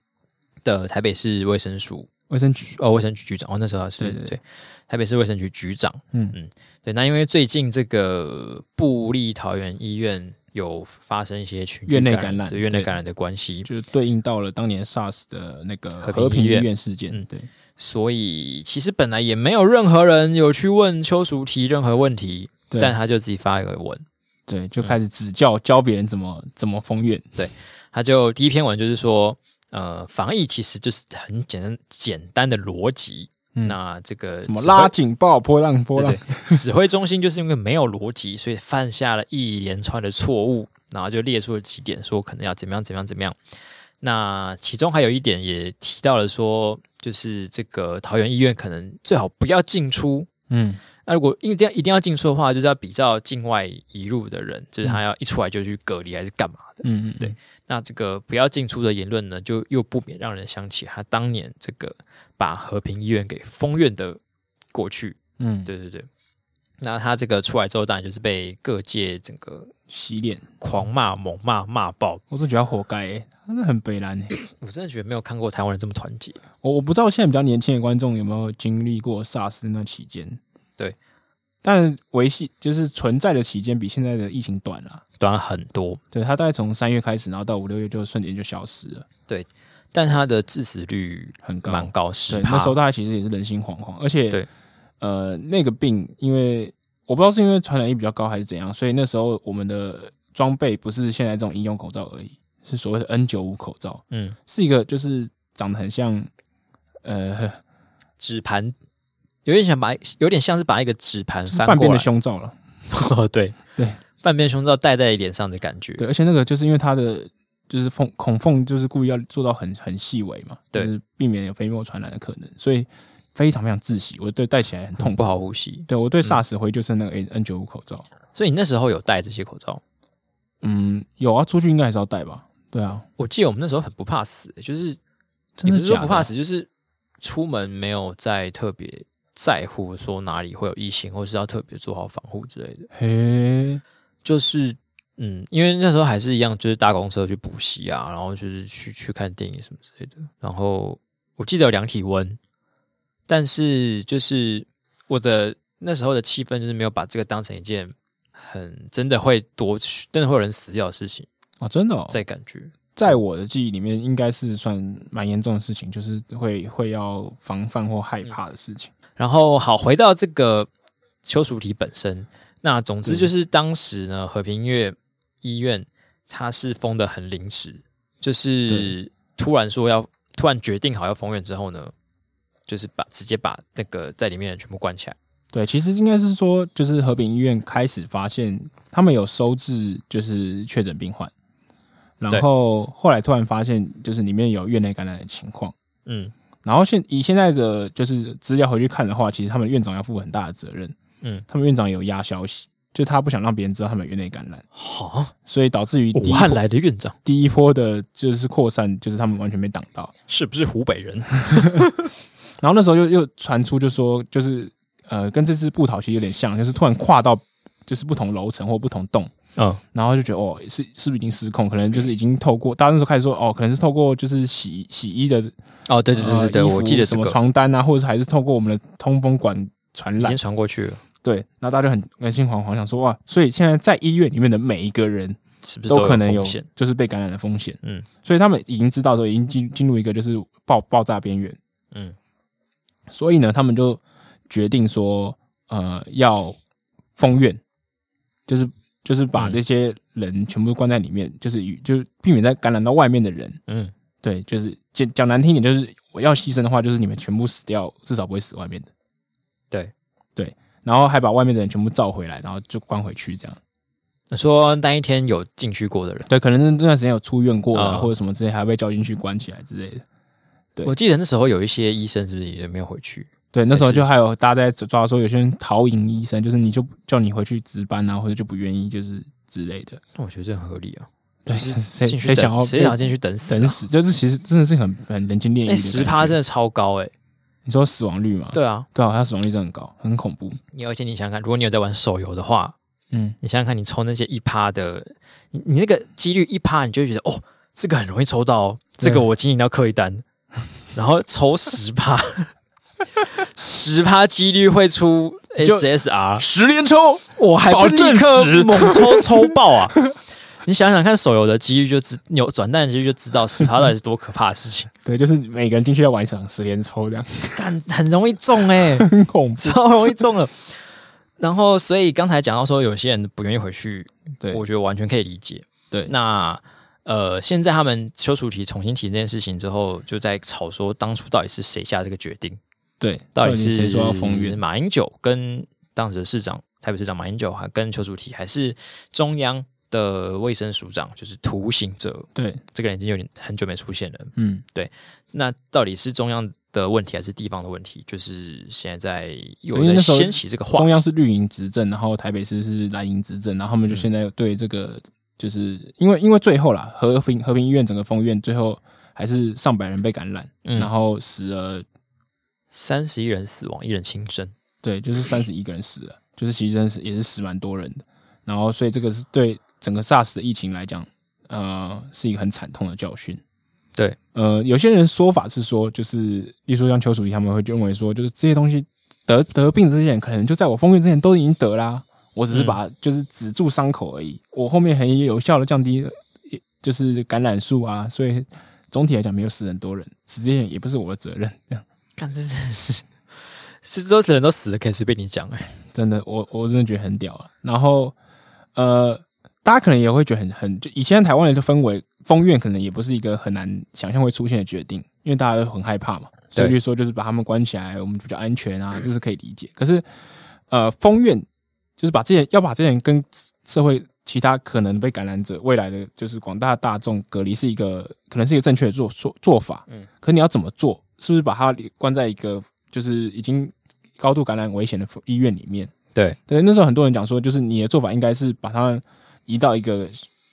Speaker 1: 的台北市卫生署
Speaker 2: 卫生局
Speaker 1: 哦，卫生局局长哦，那时候他是
Speaker 2: 对对对
Speaker 1: 台北市卫生局局长，
Speaker 2: 嗯
Speaker 1: 嗯，对。那因为最近这个布利桃园医院有发生一些群聚
Speaker 2: 院内
Speaker 1: 感
Speaker 2: 感染
Speaker 1: 对院内
Speaker 2: 对
Speaker 1: 感染的关系，
Speaker 2: 就是对应到了当年 SARS 的那个
Speaker 1: 和平
Speaker 2: 和平
Speaker 1: 医
Speaker 2: 医
Speaker 1: 院
Speaker 2: 院事件。
Speaker 1: 嗯
Speaker 2: 对，
Speaker 1: 所以其实本来也没有任何人有去问邱淑提任何问题，
Speaker 2: 对
Speaker 1: 但嗯他就自己发一个文，
Speaker 2: 对，就开始指教教别人怎么怎么封院。
Speaker 1: 他就第一篇文就是说，呃，防疫其实就是很简单简单的逻辑。
Speaker 2: 嗯
Speaker 1: 那这个
Speaker 2: 什么
Speaker 1: 指挥
Speaker 2: 拉警报、波浪、波浪
Speaker 1: 对，对， 指挥中心就是因为没有逻辑，所以犯下了一连串的错误，然后就列出了几点，说可能要怎么样怎么样怎么样。那其中还有一点也提到了说，就是这个桃园医院可能最好不要进出。
Speaker 2: 嗯，
Speaker 1: 那如果因为这样一定要进出的话，就是要比照境外移入的人，就是他要一出来就去隔离还是干嘛的。
Speaker 2: 嗯嗯，
Speaker 1: 对，那这个不要进出的言论呢，就又不免让人想起他当年这个把和平医院给封院的过去。
Speaker 2: 嗯，
Speaker 1: 对对对。那他这个出来之后，当然就是被各界整个
Speaker 2: 洗脸，
Speaker 1: 狂骂、猛骂、骂爆。
Speaker 2: 我都觉得他活该、欸，他真的很北蓝、欸。
Speaker 1: 我真的觉得没有看过台湾人这么团结。
Speaker 2: 我我不知道现在比较年轻的观众有没有经历过 SARS 那段期间，
Speaker 1: 对，
Speaker 2: 但维系就是存在的期间比现在的疫情短了。
Speaker 1: 短很多，
Speaker 2: 对，它大概从三月开始，然后到五六月就瞬间就消失了，
Speaker 1: 但他的致死率
Speaker 2: 很高。
Speaker 1: 蛮高，十
Speaker 2: 对，
Speaker 1: 趴
Speaker 2: 那时。候大家其实也是人心惶惶，而
Speaker 1: 对
Speaker 2: 且呃，那个病因为我不知道是因为传染力比较高还是怎样，所以那时候我们的装备不是现在这种医用口罩而已，是所谓的 N 九五口罩，
Speaker 1: 嗯，
Speaker 2: 是一个就是长得很像呃
Speaker 1: 纸盘有点想把，有点像是把一个纸盘翻
Speaker 2: 半
Speaker 1: 过
Speaker 2: 边的
Speaker 1: 来。
Speaker 2: 胸罩了。
Speaker 1: 哦， 对
Speaker 2: 对，
Speaker 1: 半边胸罩戴在脸上的感觉。
Speaker 2: 对，而且那个就是因为它的就是缝孔缝就是故意要做到很很细微嘛，
Speaker 1: 对
Speaker 2: 就是避免有飞沫传染的可能，所以非常非常窒息，我对戴起来很痛
Speaker 1: 不
Speaker 2: 苦。
Speaker 1: 好呼吸，
Speaker 2: 对我对 SARS 回就是那个 N 九五口罩，
Speaker 1: 所以你那时候有戴这些口罩。
Speaker 2: 嗯，有啊，出去应该还是要戴吧？对啊，
Speaker 1: 我记得我们那时候很不怕死，欸就是
Speaker 2: 真
Speaker 1: 你
Speaker 2: 的
Speaker 1: 不是说
Speaker 2: 假
Speaker 1: 不怕
Speaker 2: 的？
Speaker 1: 死，就是出门没有在特别在乎说哪里会有疫情，或是要特别做好防护之类的。
Speaker 2: 嘿，
Speaker 1: 就是嗯，因为那时候还是一样，就是搭公车去补习啊，然后就是去去看电影什么之类的。然后我记得有量体温，但是就是我的那时候的气氛就是没有把这个当成一件很真的会夺取，真的会有人死掉的事情，
Speaker 2: 哦，真的、哦，在
Speaker 1: 在感觉。
Speaker 2: 在我的记忆里面，应该是算蛮严重的事情，就是会会要防范或害怕的事情。
Speaker 1: 然后好，回到这个邱淑体本身，那总之就是当时呢，和平医院医院它是封的很临时，就是突然说要突然决定好要封院之后呢，就是把直接把那个在里面的人全部关起来。
Speaker 2: 对，其实应该是说，就是和平医院开始发现他们有收治就是确诊病患，
Speaker 1: 对
Speaker 2: 然后后来突然发现就是里面有院内感染的情况。
Speaker 1: 嗯
Speaker 2: 然后现以现在的就是资料回去看的话，其实他们院长要负很大的责任。
Speaker 1: 嗯，
Speaker 2: 他们院长有压消息，就他不想让别人知道他们有院内感染，
Speaker 1: 好，
Speaker 2: 所以导致于第
Speaker 1: 武
Speaker 2: 一
Speaker 1: 汉
Speaker 2: 波
Speaker 1: 来的院长
Speaker 2: 第一波的就是扩散，就是他们完全被挡到。
Speaker 1: 是不是湖北人？
Speaker 2: 然后那时候又又传出，就说就是呃，跟这次布桃其实有点像，就是突然跨到就是不同楼层或不同栋，
Speaker 1: 嗯，
Speaker 2: 然后就觉得哦，是是不是已经失控？可能就是已经透过大家那时候开始说哦，可能是透过就是洗洗衣的
Speaker 1: 哦，对对对对对，
Speaker 2: 呃衣服
Speaker 1: 我记得这
Speaker 2: 什么
Speaker 1: 个
Speaker 2: 床单啊，或者是还是透过我们的通风管传
Speaker 1: 已
Speaker 2: 染
Speaker 1: 经。传过去了，
Speaker 2: 对，那大家就很人心惶惶，想说哇，所以现在在医院里面的每一个人
Speaker 1: 是不是
Speaker 2: 都可能有
Speaker 1: 风险？
Speaker 2: 就是被感染的风险。
Speaker 1: 嗯，
Speaker 2: 所以他们已经知道说已经进进入一个就是爆爆炸边缘。
Speaker 1: 嗯
Speaker 2: 所以呢，他们就决定说，呃，要封院，就是就是把
Speaker 1: 嗯
Speaker 2: 这些人全部关在里面，就是与就是避免再感染到外面的人。
Speaker 1: 嗯，
Speaker 2: 对，就是讲讲难听一点，就是我要牺牲的话，就是你们全部死掉，至少不会死外面的。
Speaker 1: 对
Speaker 2: 对，然后还把外面的人全部召回来，然后就关回去这样。
Speaker 1: 你说那一天有进去过的人，
Speaker 2: 对，可能那段时间有出院过啊，
Speaker 1: 嗯
Speaker 2: 或者什么之类，还被叫进去关起来之类的。对
Speaker 1: 我记得那时候有一些医生是不是也没有回去？
Speaker 2: 对，那时候
Speaker 1: 还是
Speaker 2: 就还有大家在抓说，有些人逃营医生，就是你就叫你回去值班啊，或者就不愿意，就是之类的。
Speaker 1: 那我觉得这很合理啊，
Speaker 2: 对，谁
Speaker 1: 进
Speaker 2: 谁
Speaker 1: 去
Speaker 2: 想
Speaker 1: 等，
Speaker 2: 要
Speaker 1: 谁想要进去等死、啊？
Speaker 2: 等死？就是其实真的是很很人间炼狱
Speaker 1: 那
Speaker 2: 的
Speaker 1: 十
Speaker 2: 感
Speaker 1: 趴
Speaker 2: 觉
Speaker 1: 真的超高哎、
Speaker 2: 你说死亡率嘛？
Speaker 1: 对啊，
Speaker 2: 对啊，他死亡率真的很高，很恐怖。
Speaker 1: 你而且你想想看，如果你有在玩手游的话，
Speaker 2: 嗯，
Speaker 1: 你想想看，你抽那些一趴的，你你那个几率一趴，你就会觉得哦，这个很容易抽到、哦，这个
Speaker 2: 对
Speaker 1: 我今年要刻一单，然后抽十趴， 十趴几率会出
Speaker 2: 就
Speaker 1: SSR，
Speaker 2: 十连抽，
Speaker 1: 我还不
Speaker 2: 保
Speaker 1: 立
Speaker 2: 证
Speaker 1: 刻
Speaker 2: 十
Speaker 1: 猛抽抽爆 啊！你想想看，手游的几率就知扭转蛋的几率就知道十趴到底是多可怕的事情，
Speaker 2: 对，就是每个人进去要玩一场十连抽，这样
Speaker 1: 干很容易中 哎、
Speaker 2: 很恐怖。
Speaker 1: 超容易中了。然后，所以刚才讲到说，有些人不愿意回去，
Speaker 2: 对
Speaker 1: 我觉得完全可以理解。
Speaker 2: 对
Speaker 1: 那呃，现在他们修除题重新提这件事情之后，就在吵说当初到底是谁下这个决定，
Speaker 2: 对，
Speaker 1: 到底
Speaker 2: 底
Speaker 1: 是
Speaker 2: 谁说要封院？
Speaker 1: 马英九跟当时的市长台北市长马英九，还跟邱淑题，还是中央的卫生署长，就是图形者，
Speaker 2: 对，
Speaker 1: 这个人已经有点很久没出现了。
Speaker 2: 嗯，
Speaker 1: 那到底是中央的问题还是地方的问题？就是现在在有
Speaker 2: 因为
Speaker 1: 人
Speaker 2: 那时候
Speaker 1: 掀起这个话题，
Speaker 2: 中央是绿营执政，然后台北市是蓝营执政，然后他们
Speaker 1: 嗯
Speaker 2: 就现在对这个，就是因为因为最后啦，和平和平医院整个封院，最后还是上百人被感染，
Speaker 1: 嗯
Speaker 2: 然后死了，
Speaker 1: 三十一人死亡，一人轻生。
Speaker 2: 对，就是三十一个人死了，就是其实真是也是死蛮多人的，然后所以这个是对整个 SARS 的疫情来讲，呃，是一个很惨痛的教训。
Speaker 1: 对，
Speaker 2: 呃，有些人说法是说，就是例如说像邱淑仪他们会认为说，就是这些东西得得病的这些人，可能就在我封院之前都已经得啦、我只是把就是止住伤口而已，我后面很有效的降低呃就是感染数啊，所以总体来讲没有死很多人，死这些人也不是我的责任，这样
Speaker 1: 看，这真的是， 是都人都死了，可以随便你讲哎、
Speaker 2: 真的，我我真的觉得很屌啊。然后呃，大家可能也会觉得很很，就以现在台湾人的氛围，封院可能也不是一个很难想象会出现的决定，因为大家都很害怕嘛。所以
Speaker 1: 对
Speaker 2: 就说就是把他们关起来，我们比较安全啊，这是可以理解。可是呃，封院就是把这些要把这些人跟社会其他可能被感染者未来的就是广大大众隔离是一个可能是一个正确的做做做法，
Speaker 1: 嗯
Speaker 2: 嗯，可你要怎么做？是不是把他关在一个就是已经高度感染危险的医院里面？
Speaker 1: 对
Speaker 2: 对，那时候很多人讲说，就是你的做法应该是把他们移到一个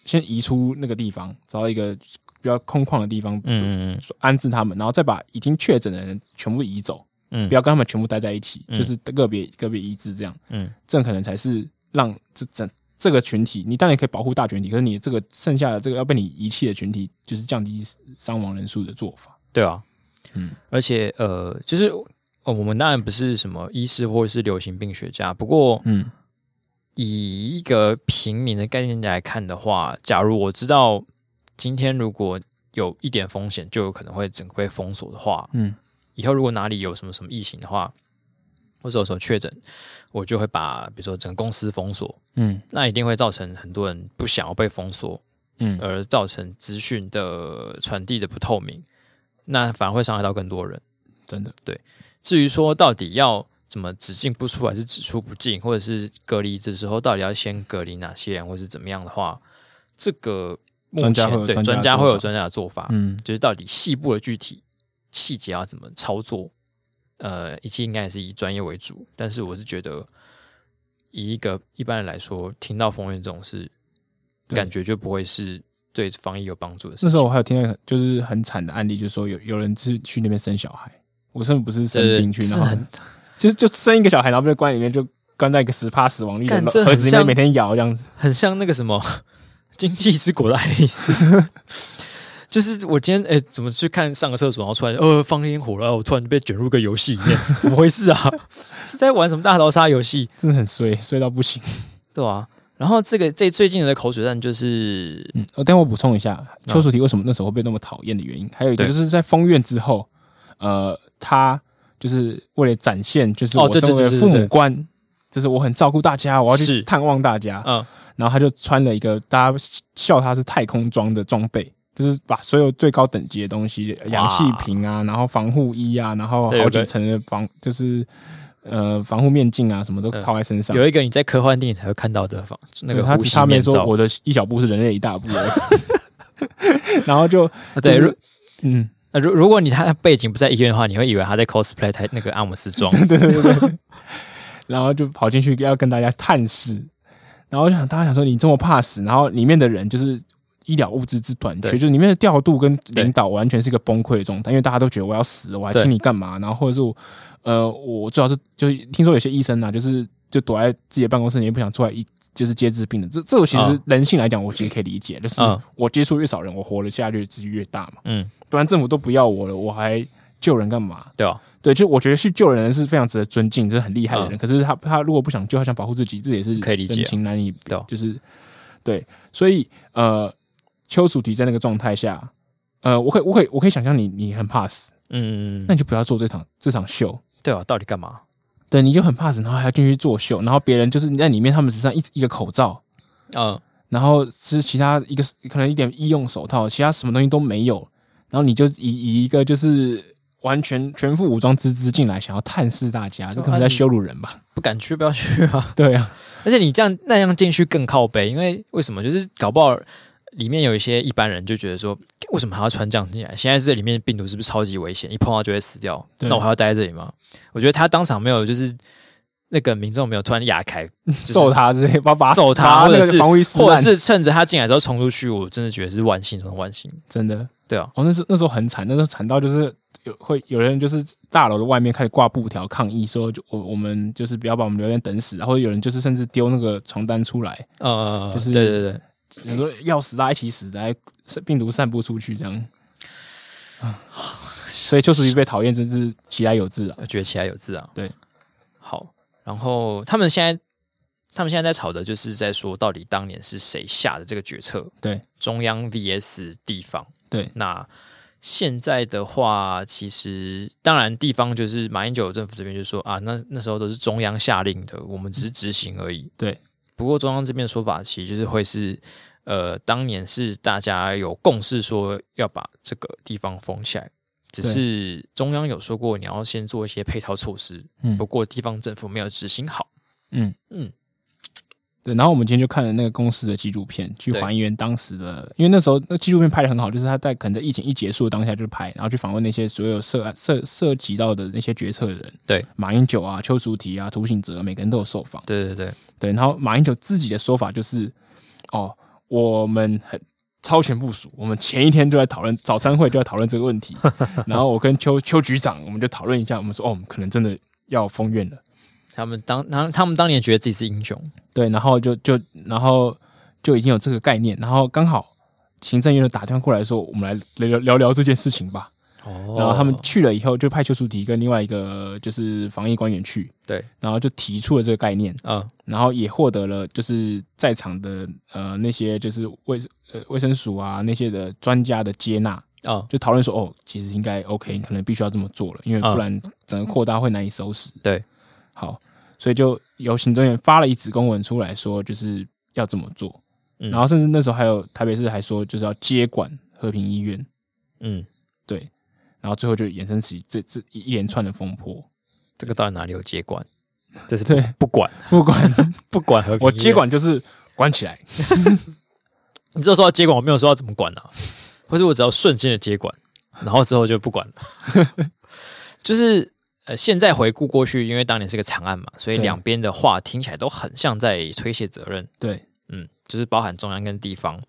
Speaker 2: 先移出那个地方，找到一个比较空旷的地方，嗯，
Speaker 1: 嗯嗯
Speaker 2: 安置他们，然后再把已经确诊的人全部移走，
Speaker 1: 嗯
Speaker 2: 不要跟他们全部待在一起，
Speaker 1: 嗯
Speaker 2: 就是个别个别医治这样，
Speaker 1: 嗯，
Speaker 2: 这样可能才是让这整这个群体，你当然可以保护大群体，可是你这个剩下的这个要被你遗弃的群体，就是降低伤亡人数的做法。
Speaker 1: 对啊，
Speaker 2: 嗯，
Speaker 1: 而且呃，就是、哦、我们当然不是什么医师或者是流行病学家，不过
Speaker 2: 嗯，
Speaker 1: 以一个平民的概念来看的话，假如我知道今天如果有一点风险，就有可能会整个被封锁的话，
Speaker 2: 嗯，
Speaker 1: 以后如果哪里有什么什么疫情的话，或者有什么确诊，我就会把比如说整个公司封锁，
Speaker 2: 嗯
Speaker 1: 那一定会造成很多人不想要被封锁，
Speaker 2: 嗯，
Speaker 1: 而造成资讯的传递的不透明，那反而会伤害到更多人。
Speaker 2: 真的，
Speaker 1: 至于说到底要怎么只进不出，还是只出不进，或者是隔离的时候到底要先隔离哪些人，或是怎么样的话，这个目前
Speaker 2: 专家会有
Speaker 1: 对
Speaker 2: 专家
Speaker 1: 专
Speaker 2: 的
Speaker 1: 家
Speaker 2: 做
Speaker 1: 会有
Speaker 2: 法
Speaker 1: 专家的做法，
Speaker 2: 嗯
Speaker 1: 就是到底细部的具体细节要怎么操作，呃，一切应该也是以专业为主。但是我是觉得，以一个一般人来说，听到风云这种事，
Speaker 2: 对
Speaker 1: 感觉就不会是对防疫有帮助的事情。
Speaker 2: 那时候我还有听到一个就是很惨的案例，就是说有有人是去那边生小孩，我甚至不是生
Speaker 1: 对
Speaker 2: 病去，
Speaker 1: 是
Speaker 2: 然后
Speaker 1: 很
Speaker 2: 就就生一个小孩，然后被关在里面，就关在一个十趴死亡率的
Speaker 1: 干这很
Speaker 2: 盒子里
Speaker 1: 像
Speaker 2: 面，每天咬这样子。
Speaker 1: 很像那个什么 《经济之国》的爱丽丝。 就是我今天哎、怎么去看上个厕所，然后突然呃放烟火了，然后我突然被卷入个游戏里面，怎么回事啊？ 是在玩什么大逃杀游戏？
Speaker 2: 真的很衰，衰到不行。
Speaker 1: 对啊。然后这个这最近的口水战就是，
Speaker 2: 嗯，哦，但我补充一下，邱淑媞为什么那时候会被那么讨厌的原因，还有一个
Speaker 1: 嗯对
Speaker 2: 就是在封院之后，呃，他就是为了展现，就是
Speaker 1: 哦
Speaker 2: 我
Speaker 1: 对对
Speaker 2: 身为
Speaker 1: 对对
Speaker 2: 父
Speaker 1: 对
Speaker 2: 母官，就是我很照顾大家，我要
Speaker 1: 是
Speaker 2: 去探望大家，
Speaker 1: 嗯，
Speaker 2: 然后他就穿了一个大家笑他是太空装的装备，就是把所有最高等级的东西，呃氧气瓶啊，然后防护衣啊，然后好几层的防，就是呃防护面镜啊，什么都套在身上。
Speaker 1: 有一个你在科幻电影才会看到的方，那
Speaker 2: 对
Speaker 1: 个
Speaker 2: 他
Speaker 1: 呼吸
Speaker 2: 他
Speaker 1: 面
Speaker 2: 面说
Speaker 1: 罩
Speaker 2: 我的一小步是人类一大步而已， 然后就
Speaker 1: 啊对，
Speaker 2: 就
Speaker 1: 如
Speaker 2: 是嗯，
Speaker 1: 呃如如果你他的背景不在医院的话，你会以为他在 cosplay 他那个阿姆斯 壮。
Speaker 2: 对对对对，然后就跑进去要跟大家探视，然后我想大家想说你这么怕死，然后里面的人就是医疗物资之短缺，
Speaker 1: 对
Speaker 2: 就是里面的调度跟
Speaker 1: 对
Speaker 2: 领导完全是一个崩溃的状态，因为大家都觉得我要死了，我还
Speaker 1: 对
Speaker 2: 听你干嘛？然后或者是我呃，我最好是就听说有些医生啊，就是就躲在自己的办公室里面不想出来一。就是接治病的，这这个其实
Speaker 1: 嗯
Speaker 2: 人性来讲，我其实可以理解，就是
Speaker 1: 嗯
Speaker 2: 我接触越少人，我活得下去几率越大嘛。
Speaker 1: 嗯，
Speaker 2: 不然政府都不要我了，我还救人干嘛？
Speaker 1: 对啊，
Speaker 2: 对，就我觉得去救人是非常值得尊敬，这是很厉害的人。
Speaker 1: 嗯
Speaker 2: 可是他他如果不想救，他想保护自己，这也是
Speaker 1: 可以理解
Speaker 2: 人情难以
Speaker 1: 对啊
Speaker 2: 就是对，所以呃，邱淑媞在那个状态下，呃，我可以我可以我可以想象你你很怕死，
Speaker 1: 嗯，
Speaker 2: 那你就不要做这场这场秀。
Speaker 1: 对啊，到底干嘛？
Speaker 2: 对，你就很怕死，然后还要进去作秀，然后别人就是你在里面，他们只上一一个口罩，
Speaker 1: 嗯，
Speaker 2: 然后是其他一个可能一点医用手套，其他什么东西都没有，然后你就以以一个就是完全全副武装之姿进来，想要探视大家，这可能在羞辱人吧？
Speaker 1: 不敢去，不要去啊！
Speaker 2: 对啊，
Speaker 1: 而且你这样那样进去更靠背，因为为什么？就是搞不好里面有一些一般人就觉得说，为什么还要穿这样进来？现在这里面的病毒是不是超级危险？一碰到就会死掉，
Speaker 2: 对
Speaker 1: 那我还要待在这里吗？我觉得他当场没有就是。那个民众没有突然压 开，就是
Speaker 2: 揍他之类，把把
Speaker 1: 揍他，或者
Speaker 2: 那个
Speaker 1: 是
Speaker 2: 防卫撕
Speaker 1: 或者
Speaker 2: 烂，
Speaker 1: 是趁着他进来之后冲出去，我真的觉得是万幸中的万幸。
Speaker 2: 真的
Speaker 1: 对啊，
Speaker 2: 哦，那是那时候很惨，那时候惨到就是有会有人就是大楼的外面开始挂布条抗议说，就我我们就是不要把我们留言等死啊，或者有人就是甚至丢那个床单出来，
Speaker 1: 呃，
Speaker 2: 就是
Speaker 1: 对对对，
Speaker 2: 想说要死大家一起死，来病毒散播出去这样。啊所以邱淑仪被讨厌真是其来有志啊！
Speaker 1: 我觉得起来有字啊。
Speaker 2: 对，
Speaker 1: 好，然后他们现在他们现在在吵的就是在说，到底当年是谁下的这个决策？
Speaker 2: 对，
Speaker 1: 中央 VS 地方。
Speaker 2: 对，
Speaker 1: 那现在的话，其实当然地方就是马英九政府这边就说啊，那那时候都是中央下令的，我们只是执行而已。
Speaker 2: 对，
Speaker 1: 不过中央这边的说法其实就是会是，呃，当年是大家有共识说要把这个地方封起来，只
Speaker 2: 对
Speaker 1: 是中央有说过你要先做一些配套措施，
Speaker 2: 嗯
Speaker 1: 不过地方政府没有执行好。
Speaker 2: 嗯
Speaker 1: 嗯，
Speaker 2: 对。然后我们今天就看了那个公司的纪录片，去
Speaker 1: 对
Speaker 2: 还原当时的，因为那时候那纪录片拍的很好，就是他在可能在疫情一结束的当下就拍，然后去访问那些所有涉涉涉及到的那些决策人，
Speaker 1: 对，
Speaker 2: 马英九啊、邱淑媞啊、涂醒哲，每个人都有受访。
Speaker 1: 对对对，
Speaker 2: 对，然后马英九自己的说法就是，哦，我们很超前部署，我们前一天就在讨论早餐会就在讨论这个 问题，然后我跟邱邱局长我们就讨论一下，我们说哦，我们可能真的要封院了，
Speaker 1: 他们当他他们当年觉得自己是英雄，
Speaker 2: 对，然后就就然后就已经有这个概念，然后刚好行政院就打电话过来说，我们来聊聊聊这件事情吧，
Speaker 1: 哦
Speaker 2: 然后他们去了以后，就派邱淑媞跟另外一个就是防疫官员去，
Speaker 1: 对，
Speaker 2: 然后就提出了这个概念，
Speaker 1: 嗯
Speaker 2: 然后也获得了就是在场的呃那些就是卫呃卫生署啊那些的专家的接纳，
Speaker 1: 嗯，
Speaker 2: 就讨论说哦，其实应该 OK，可能必须要这么做了，因为
Speaker 1: 嗯
Speaker 2: 不然整个扩大会难以收拾。
Speaker 1: 对，
Speaker 2: 好，所以就由行政院发了一纸公文出来说，就是要这么做，
Speaker 1: 嗯
Speaker 2: 然后甚至那时候还有台北市还说就是要接管和平医院，
Speaker 1: 嗯，
Speaker 2: 对，然后最后就衍生起这这一连串的风波。
Speaker 1: 这个到底哪里有接管？这是
Speaker 2: 对，
Speaker 1: 不管
Speaker 2: 不管
Speaker 1: 不管和平
Speaker 2: 我
Speaker 1: 医
Speaker 2: 接
Speaker 1: 院，
Speaker 2: 管就是关起来，
Speaker 1: 你这时候要接管，我没有说要怎么管啊，或是我只要瞬间的接管，然后之后就不管了。 就是呃，现在回顾过去，因为当年是个惨案嘛，所以
Speaker 2: 对
Speaker 1: 两边的话听起来都很像在推卸责任。
Speaker 2: 对，
Speaker 1: 嗯，就是包含中央跟地方。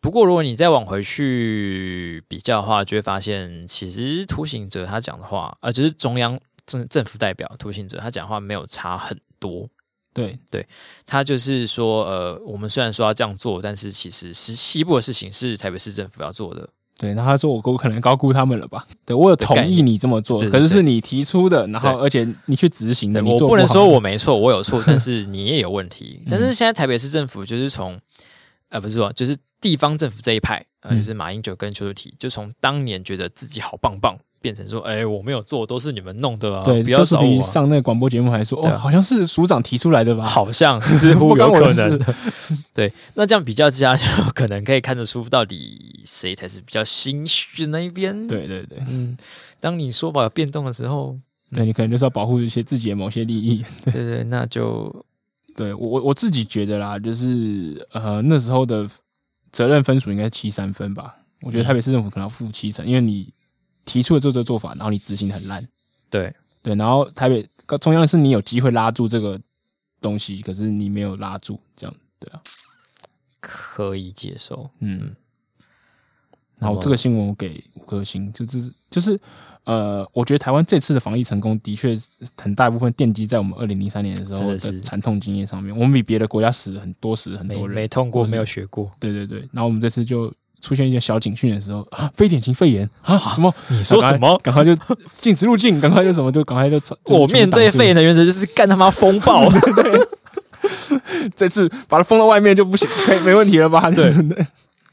Speaker 1: 不过，如果你再往回去比较的话，就会发现，其实图形者他讲的话，呃，就是中央政政府代表图形者他讲的话没有差很多。
Speaker 2: 对，
Speaker 1: 他就是说，呃，我们虽然说要这样做，但是其实是西部的事情是台北市政府要做的。
Speaker 2: 对，然后他说我我可能高估他们了吧？对我有同
Speaker 1: 概
Speaker 2: 意
Speaker 1: 念
Speaker 2: 你这么做
Speaker 1: 对，对
Speaker 2: 可是
Speaker 1: 对
Speaker 2: 是你提出的，然后而且你去执行的，你
Speaker 1: 我
Speaker 2: 做
Speaker 1: 不能
Speaker 2: 好嗯
Speaker 1: 说我没错，我有错，但是你也有问题。但是现在台北市政府就是从，呃，不是说，就是地方政府这一派，呃，
Speaker 2: 嗯
Speaker 1: 就是马英九跟邱淑媞，就从当年觉得自己好棒棒，变成说，哎、我没有做，都是你们弄的啊，
Speaker 2: 对，
Speaker 1: 不要
Speaker 2: 教师
Speaker 1: 找
Speaker 2: 题
Speaker 1: 我、啊。
Speaker 2: 上那个广播节目还说，
Speaker 1: 对
Speaker 2: 哦，
Speaker 1: 啊
Speaker 2: 好像是署长提出来的吧？，
Speaker 1: 好 像似乎
Speaker 2: 不干
Speaker 1: 有
Speaker 2: 我的
Speaker 1: 可能，对。那这样比较之下，就可能可以看得出到底谁才是比较心虚的那一边。，
Speaker 2: 对对对，
Speaker 1: 嗯，当你说法有变动的时 候，
Speaker 2: 对你可能就是要保护一些自己的某些利益。
Speaker 1: 对对对，那就
Speaker 2: 对我我我自己觉得啦，就是呃那时候的责任分数应该七三分吧，我觉得台北市政府可能要负七成，因为你提出了这这做法，然后你执行得很烂，
Speaker 1: 对
Speaker 2: 对，然后台北中央是你有机会拉住这个东西，可是你没有拉住，这样对啊，
Speaker 1: 可以接受。
Speaker 2: 嗯。
Speaker 1: 那
Speaker 2: 然
Speaker 1: 么
Speaker 2: 后这个新闻我给五颗星，就就是就是呃，我觉得台湾这次的防疫成功，的确是很大部分奠基在我们二零零三年的时
Speaker 1: 真
Speaker 2: 候
Speaker 1: 的是
Speaker 2: 的惨痛经验上面。我们比别的国家死了很多，死了很
Speaker 1: 没
Speaker 2: 多人，
Speaker 1: 没痛过，
Speaker 2: 或是
Speaker 1: 没有学过。
Speaker 2: 对对对，然后我们这次就出现一些小警讯的时候，啊，非典型肺炎啊，什么？
Speaker 1: 你说什么？
Speaker 2: 赶快就 禁止入境，赶快就什么就赶快就传。就
Speaker 1: 我面对肺炎，的原则 就是干他妈风 暴。
Speaker 2: 全部挡住这次把它封到外面就 不行，可以没问题了吧？ 对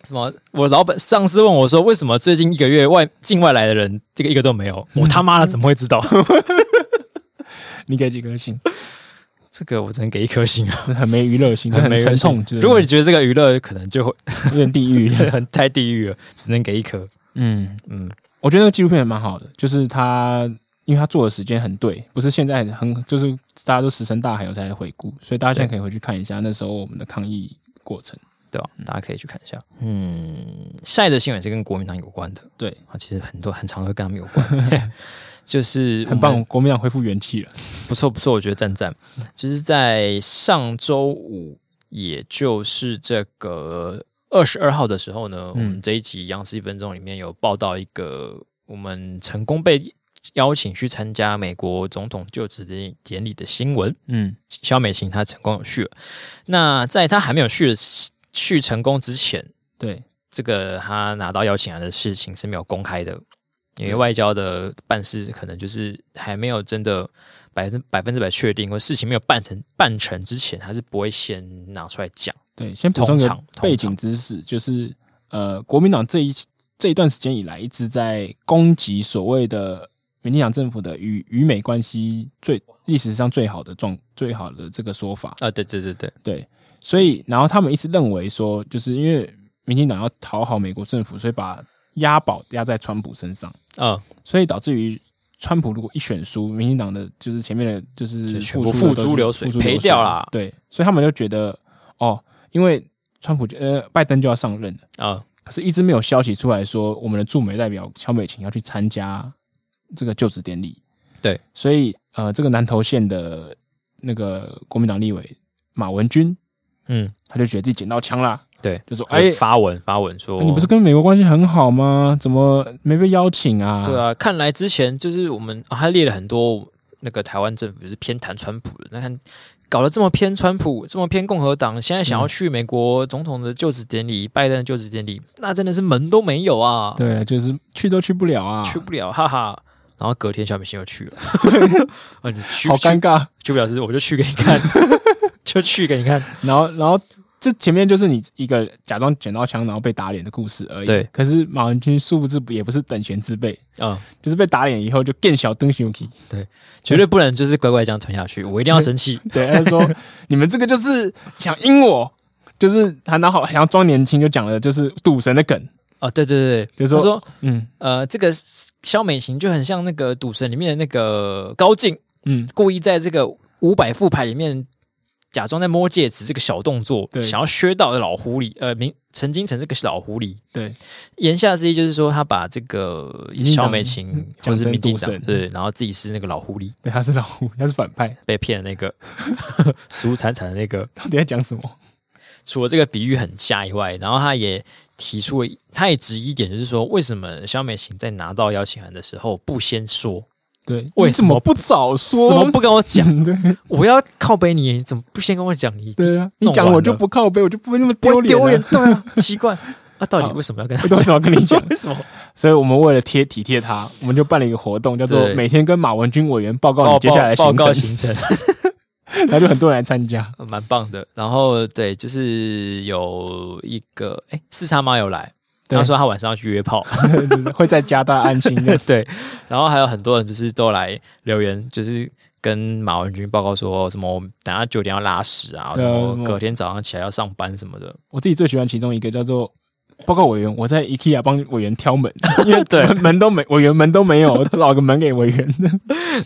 Speaker 1: 什么？我老板上司问我说，为什么最近一个月外境外来的人这个一个都没 有？我他妈的怎么会知道？
Speaker 2: 你给几颗星？
Speaker 1: 这个我只能给一颗星啊，
Speaker 2: 这很没娱乐性，这很
Speaker 1: 没
Speaker 2: 沉 痛。就是
Speaker 1: 如果你觉得这个娱乐可能就会
Speaker 2: 有点地狱，
Speaker 1: 很太地狱了，只能给一颗。
Speaker 2: 嗯，
Speaker 1: 嗯，
Speaker 2: 我觉得那个纪录片也蛮好的，就是他。因为他做的时间很对，不是现在很就是大家都石沉大海，我才回顾，所以大家现在可以回去看一下那时候我们的抗议过程。
Speaker 1: 对吧、大家可以去看一下。嗯，下一则新闻也是跟国民党有关的
Speaker 2: 对，
Speaker 1: 啊，其实很多很常都跟他们有 关，就是我们
Speaker 2: 很棒，国民党恢复元气了。
Speaker 1: 不错不错，我觉得赞赞。嗯就是在上周五，也就是这个二十二号的时候呢，我们这一集《央视一分钟》里面有报道一个我们成功被邀请去参加美国总统就职典礼典礼的新闻。
Speaker 2: 嗯，
Speaker 1: 肖美琴她成功有去了。那在她还没有去的去成功之前，
Speaker 2: 对，
Speaker 1: 这个她拿到邀请函的事情是没有公开的，因为外交的办事可能就是还没有真的百分百分之百确定，或事情没有办成办成之前，她是不会先拿出来讲。
Speaker 2: 对，先补充
Speaker 1: 通
Speaker 2: 个
Speaker 1: 常通
Speaker 2: 背
Speaker 1: 常
Speaker 2: 景知识，就是呃，国民党这一这一段时间以来，一直在攻击所谓的民进党政府的与与美关系最历史上最好的状最好的这个说法。
Speaker 1: 啊，对对对对，
Speaker 2: 对，所以然后他们一直认为说，就是因为民进党要讨好美国政府，所以把押宝押在川普身上，
Speaker 1: 嗯，
Speaker 2: 所以导致于。川普如果一选输，民进党的就是前面的，就是
Speaker 1: 就全部付
Speaker 2: 付出的都是
Speaker 1: 诸流水
Speaker 2: 付诸
Speaker 1: 赔掉啦
Speaker 2: 对，所以他们就觉得，哦，因为川普就呃拜登就要上任了，
Speaker 1: 啊，
Speaker 2: 可是一直没有消息出来说我们的驻美代表乔美琴要去参加这个就职典礼。
Speaker 1: 对，
Speaker 2: 所以呃，这个南投县的那个国民党立委马文君，
Speaker 1: 嗯，
Speaker 2: 他就觉得自己捡到枪啦，
Speaker 1: 对，
Speaker 2: 就说：“
Speaker 1: 哎，
Speaker 2: 哎、
Speaker 1: 发文发文说，
Speaker 2: 你不是跟美国关系很好吗？怎么没被邀请啊？”
Speaker 1: 对，啊，看来之前就是我们、啊、他列了很多那个台湾政府就是偏袒川普的，那看搞得这么偏川普，这么偏共和党，现在想
Speaker 2: 嗯
Speaker 1: 要去美国总统的就职典礼、拜登的就职典礼，那真的是门都没有啊，
Speaker 2: 对，就是去都去不了啊，
Speaker 1: 去不了，哈哈。然后隔天小美心又去了， 啊，你去
Speaker 2: 好尴，尬。
Speaker 1: 去去不了是我就去给你 看，就去给你看，
Speaker 2: 然后，然后这前面就是你一个假装捡到枪然后被打脸的故事而已。
Speaker 1: 对
Speaker 2: 可是马文君殊不知也不是等闲之辈，
Speaker 1: 嗯，
Speaker 2: 就是被打脸以后就更小登熊 k
Speaker 1: 绝对不能就是乖乖这样吞下去，我一定要生 气，
Speaker 2: 对，他就说 你们这个就是想阴我，就是他然后好像装年轻就讲了就是赌神的梗，
Speaker 1: 啊，对对对，
Speaker 2: 就是
Speaker 1: 他
Speaker 2: 说
Speaker 1: 说
Speaker 2: 嗯
Speaker 1: 呃，这个肖美琴就很像那个赌神里面的那个高进，
Speaker 2: 嗯，
Speaker 1: 故意在这个五百副牌里面假装在摸戒指这个小动作，
Speaker 2: 对
Speaker 1: 想要削到老狐狸，呃，明陈金城这个老狐狸。
Speaker 2: 对
Speaker 1: 言下之意就是说，他把这个
Speaker 2: 民进党
Speaker 1: 肖美琴或
Speaker 2: 讲
Speaker 1: 者是
Speaker 2: 成
Speaker 1: 民进
Speaker 2: 赌
Speaker 1: 党
Speaker 2: 神
Speaker 1: 对，然后自己是那个老狐狸
Speaker 2: 对，他是老虎，他是反派，
Speaker 1: 被骗的那个 死无惨惨的那个。
Speaker 2: 到底在讲什么？
Speaker 1: 除了这个比喻很瞎以外，然后他也提出了，他也质疑一点，就是说为什么肖美琴在拿到邀请函的时候不先说，
Speaker 2: 对，
Speaker 1: 为
Speaker 2: 你
Speaker 1: 什
Speaker 2: 怎么
Speaker 1: 么
Speaker 2: 不早说？
Speaker 1: 怎么不跟我讲？
Speaker 2: 讲？ 对
Speaker 1: 我要靠背你，你怎么不先跟我讲？你
Speaker 2: 对啊，你讲我就不靠背，我就不会那么
Speaker 1: 不
Speaker 2: 丢
Speaker 1: 会
Speaker 2: 脸
Speaker 1: 丢
Speaker 2: 啊
Speaker 1: 脸，。对啊， 奇怪，啊，到底
Speaker 2: 好
Speaker 1: 为什么要跟
Speaker 2: 我
Speaker 1: 他讲
Speaker 2: 都为？什么要跟你讲？
Speaker 1: 为什么？
Speaker 2: 所以我们为了贴体贴他，我们就办了一个活动，叫做
Speaker 1: 对
Speaker 2: 每天跟马文君委员报告
Speaker 1: 报
Speaker 2: 你接下来的
Speaker 1: 哦报
Speaker 2: 行
Speaker 1: 告
Speaker 2: 程，
Speaker 1: 行程，
Speaker 2: 然后就很多人来参加。
Speaker 1: 蛮棒的。然后对，就是有一个哎，四叉妈有来，
Speaker 2: 对
Speaker 1: 他说他晚上要去约炮，。
Speaker 2: 对对对会在加大安心的
Speaker 1: 对，然后还有很多人就是都来留言，就是跟马文君报告说什么我们等下九点要拉屎啊，
Speaker 2: 对
Speaker 1: 然
Speaker 2: 啊
Speaker 1: 后
Speaker 2: 什么
Speaker 1: 隔天早上起来要上班什么的。
Speaker 2: 我自己最喜欢其中一个叫做报告委员，我在 IKEA 帮委员挑门， 因为
Speaker 1: 对
Speaker 2: 门门都没委员门都没有，我找个门给委员，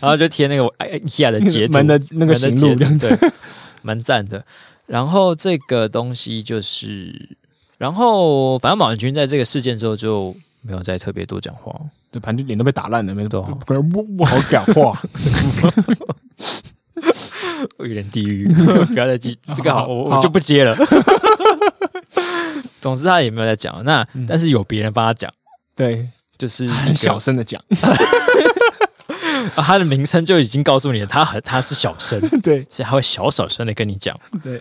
Speaker 1: 然后就贴那个哎 IKEA 的截图，
Speaker 2: 门的 那个
Speaker 1: 门的
Speaker 2: 行
Speaker 1: 截
Speaker 2: 路这样
Speaker 1: 图，对，蛮赞的。然后这个东西就是，然后反正马文君在这个事件之后就没有再特别多讲话。
Speaker 2: 对， 反正脸都被打烂了，没
Speaker 1: 对
Speaker 2: 错
Speaker 1: 啊，
Speaker 2: 不然不不好讲话。
Speaker 1: 有点地 狱，不要再记这个好，我
Speaker 2: 好
Speaker 1: 我就不接 了。总之他也没有在讲，那、但是有别人帮他讲，
Speaker 2: 对，
Speaker 1: 就是一
Speaker 2: 嗯很
Speaker 1: 个
Speaker 2: 小声的讲，
Speaker 1: 啊他的名称就已经告诉你了，他很他是小声，
Speaker 2: 对
Speaker 1: 所以他会小小声的跟你讲，
Speaker 2: 对。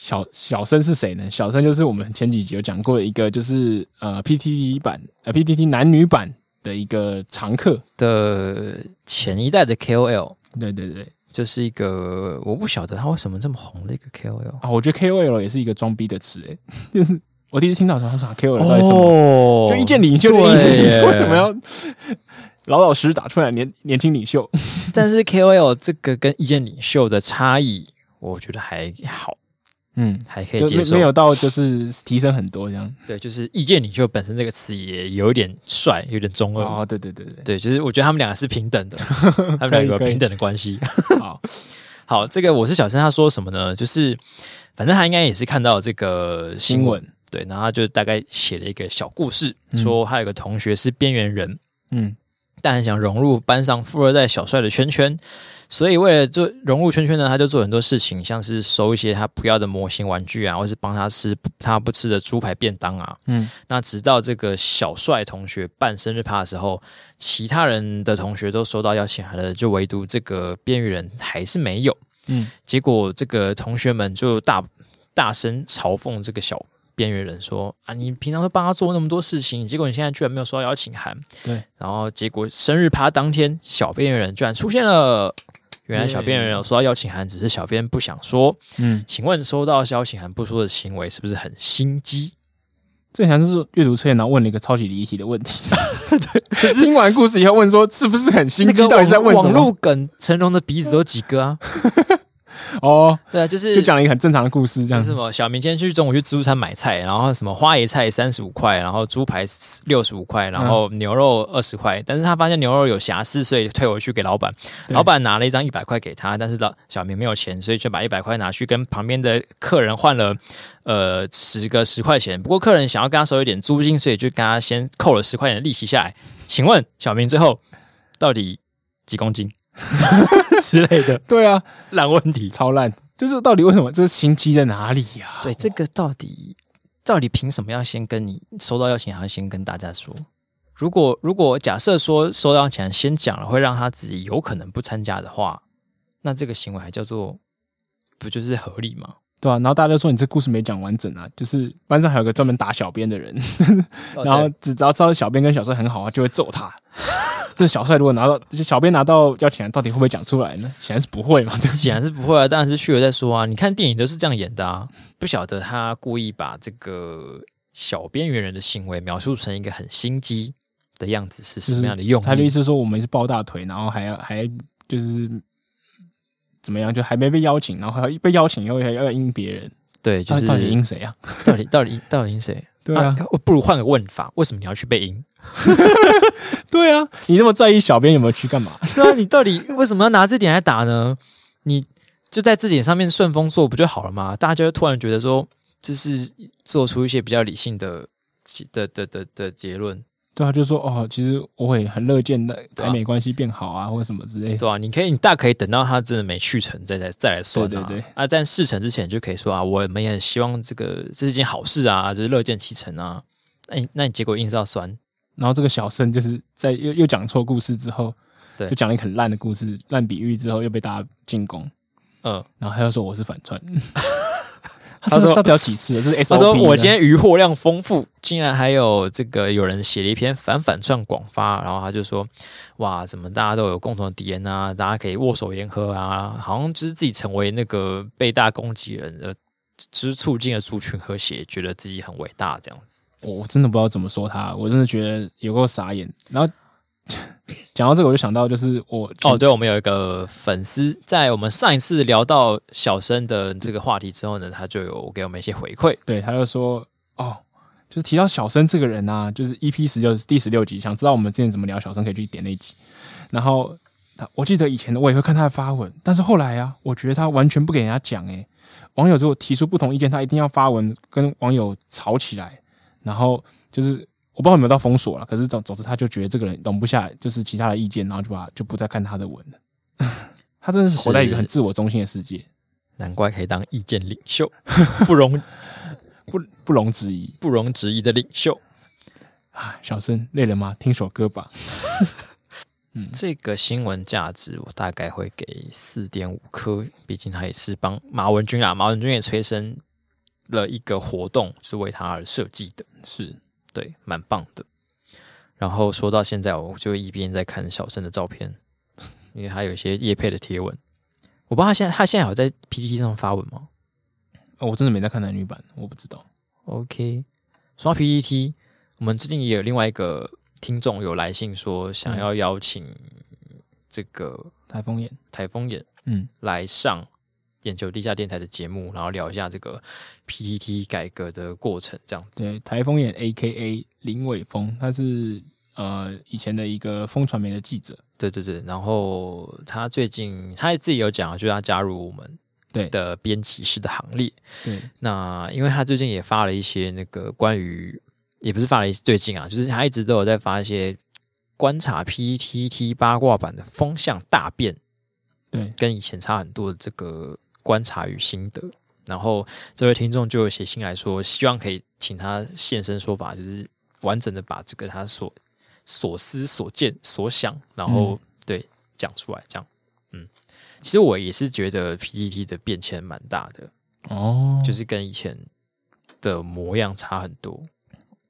Speaker 2: 小小生是谁呢？小生就是我们前几集有讲过一个，就是呃 PTT 版呃 PTT 男女版的一个常客。
Speaker 1: 的前一代的 KOL
Speaker 2: 对对对
Speaker 1: 就是一个我不晓得他为什么这么红的一个 KOL
Speaker 2: 啊，我觉得 KOL 也是一个装逼的词诶、就是我第一次听到的时候，他说啊 KOL 到底是什么？
Speaker 1: 哦
Speaker 2: 就意见领袖的意
Speaker 1: 对
Speaker 2: 思，你
Speaker 1: 耶
Speaker 2: 说为什么要 老老实实打出来年年轻领袖？
Speaker 1: 但是 KOL 这个跟意见领袖的差异，我觉得还好，
Speaker 2: 嗯，
Speaker 1: 还可以
Speaker 2: 就
Speaker 1: 接
Speaker 2: 没
Speaker 1: 受，
Speaker 2: 没有到就是提升很多这样。
Speaker 1: 对，就是意见领袖本身这个词也有一点帅，有点中二。
Speaker 2: 哦，对对对对
Speaker 1: 对，就是我觉得他们两个是平 等的，他们两个有
Speaker 2: 可以可以
Speaker 1: 平等的关系。
Speaker 2: 对，好，
Speaker 1: 好，这个我是小生，他说什么呢？就是反正他应该也是看到这个新
Speaker 2: 新
Speaker 1: 闻，
Speaker 2: 闻，
Speaker 1: 对，然后他就大概写了一个小故事，
Speaker 2: 嗯
Speaker 1: 说他有个同学是边缘人，
Speaker 2: 嗯，
Speaker 1: 但很想融入班上富二代小帅的圈圈，所以为了做融入圈圈呢，他就做很多事情，像是收一些他不要的模型玩具啊，或是帮他吃不他不吃的猪排便当啊。
Speaker 2: 嗯，
Speaker 1: 那直到这个小帅同学办生日趴的时候，其他人的同学都收到邀请函了，就唯独这个边缘人还是没有。
Speaker 2: 嗯，
Speaker 1: 结果这个同学们就大大声嘲讽这个小边缘人说：“啊，你平常都帮他做那么多事情，结果你现在居然没有收到邀请函。”
Speaker 2: 对，
Speaker 1: 然后结果生日趴当天，小边缘人居然出现了。原来小边缘人有收到邀请函，只是小编不想说。
Speaker 2: 嗯，
Speaker 1: 请问收到邀请函不说的行为是不是很心机？
Speaker 2: 这好像是阅读测验，然后问了一个超级离题的问 题。对，听完故事以后问说是不是很心
Speaker 1: 那
Speaker 2: 机？
Speaker 1: 个
Speaker 2: 到底是在问什
Speaker 1: 网络
Speaker 2: 么？
Speaker 1: 梗，成龙的鼻子有几个 啊？
Speaker 2: 哦，
Speaker 1: 对啊，就是
Speaker 2: 就讲了一个很正常的故事，这
Speaker 1: 就
Speaker 2: 样
Speaker 1: 是什么小明今天去中午去自助餐买菜，然后什么花椰菜三十五块，然后猪排六十五块，然后牛肉二十块，但是他发现牛肉有瑕疵，所以退回去给老板。
Speaker 2: 对
Speaker 1: 老板拿了一张一百块给他，但是老小明没有钱，所以就把一百块拿去跟旁边的客人换了呃十个十块钱。不过客人想要跟他收一点租金，所以就跟他先扣了十块钱的利息下来。请问小明最后到底几公斤 之类的
Speaker 2: 对啊，
Speaker 1: 烂问题？
Speaker 2: 超烂。就是到底为什么这是心机在哪里呀、
Speaker 1: 对，这个到底到底凭什么要先跟你收到邀请函先跟大家说？如果如果假设说收到邀请函先讲了，会让他自己有可能不参加的话，那这个行为还叫做不就是合理吗？
Speaker 2: 对啊，然后大家就说你这故事没讲完整啊，就是班上还有个专门打小编的人，
Speaker 1: 哦
Speaker 2: 然后只只要知道小编跟小帅很好啊，就会揍他。 这小帅如果拿到，这小编拿到邀请函，到底会不会讲出来呢？显然是不会嘛，对不对？
Speaker 1: 显然是不会啊，当然是去了再说啊。你看电影都是这样演的啊，不晓得他故意把这个小边缘人的行为描述成一个很心机的样子是什么样的用
Speaker 2: 他的
Speaker 1: 意
Speaker 2: 意？思说我们是抱大腿，然后还要还就是怎么样，就还没被邀请，然后还要被邀请以后还要阴别人，
Speaker 1: 对，就是
Speaker 2: 到底到底阴谁啊？
Speaker 1: 到底到底到底赢谁？
Speaker 2: 对啊，
Speaker 1: 我不如换个问法，为什么你要去被 赢？
Speaker 2: 对啊，你那么在意小编有没有去干嘛？
Speaker 1: 对啊，你到底为什么要拿这点来打呢？你就在这点上面顺风做不就好了吗？大家就会突然觉得说，就是做出一些比较理性的的的的的结论，
Speaker 2: 对啊，就说哦，其实我也很乐见的
Speaker 1: 对啊
Speaker 2: 台美关系变好啊，或者什么之类的。
Speaker 1: 对啊，你可以，你大可以等到他真的没去成，再来再来算、啊。
Speaker 2: 对对对
Speaker 1: 啊，但事成之前就可以说啊，我们也很希望这个这是一件好事啊，就是乐见其成啊。那你那你结果硬是要酸，
Speaker 2: 然后这个小生就是在又又讲错故事之后，
Speaker 1: 对
Speaker 2: 就讲了一个很烂的故事、烂比喻之后，又被大家进攻，
Speaker 1: 嗯，
Speaker 2: 然后他又说我是反 串。
Speaker 1: 他说
Speaker 2: 到底有几次了？这是 SOP
Speaker 1: 他
Speaker 2: 呢。
Speaker 1: 说我今天鱼货量丰富，竟然还有这个有人写了一篇反反串广发，然后他就说哇，怎么大家都有共同的敌人啊，大家可以握手言和啊，好像就是自己成为那个呃被大攻击人的，就是促进了族群和谐，觉得自己很伟大这样子。
Speaker 2: 我我真的不知道怎么说他，我真的觉得有够傻眼。然后 讲到这个，我就想到就是我
Speaker 1: 哦，，对，我们有一个粉丝，在我们上一次聊到小生的这个话题之后呢，他就有给我们一些回馈。
Speaker 2: 对，他就说哦，就是提到小生这个人啊，就是 EP 十六第十六集，想知道我们之前怎么聊小生，可以去点那一集。然后他，我记得以前我也会看他的发文，但是后来啊，我觉得他完全不给人家讲诶、网友如果提出不同意见，他一定要发文跟网友吵起来，然后就是。我不知道有没有到封锁了，可是总总之他就觉得这个人容不下就是其他的意见，然后就把就不再看他的文了。 他真的是活在一个很
Speaker 1: 是
Speaker 2: 自我中心的世界，
Speaker 1: 难怪可以当意见领袖，不容
Speaker 2: 不不容置疑。
Speaker 1: 不容置疑的领袖。
Speaker 2: 小生累了吗？听首歌吧。
Speaker 1: 这个新闻价值我大概会给四点五颗，毕竟他也是帮马文君啊，马文君也催生了一个活动，是为他而设计的。
Speaker 2: 是，
Speaker 1: 对，蛮棒的。然后说到现在，我就一边在看小生的照片，因为他有一些叶配的贴文。我不知道他现在他现在有在 PPT 上发文吗
Speaker 2: 哦我真的没在看男女版，我不知道。
Speaker 1: ？OK，说到 PPT，我们最近也有另外一个听众有来信说想要邀请这个
Speaker 2: 台风眼，
Speaker 1: 台风眼
Speaker 2: 嗯，
Speaker 1: 来上眼球地下电台的节目，然后聊一下这个 PPT 改革的过程，这样子。
Speaker 2: 对，台风眼 A K A 林伟峰，他是呃以前的一个风传媒的记者，
Speaker 1: 对对对，然后他最近他自己有讲啊，就是他加入我们
Speaker 2: 对
Speaker 1: 的编辑室的行列。
Speaker 2: 对，
Speaker 1: 那因为他最近也发了一些那个关于，也不是发了一最近啊，就是他一直都有在发一些观察 PTT 八卦版的风向大变，
Speaker 2: 对，
Speaker 1: 跟以前差很多的这个观察与心得。然后这位听众就有写信来说，希望可以请他现身说法，就是完整的把这个他所所思所见所想，然后、对讲出来，这样。嗯，其实我也是觉得 PPT 的变迁蛮大的，
Speaker 2: 哦，
Speaker 1: 就
Speaker 2: 就是
Speaker 1: 跟以前的模样差很多。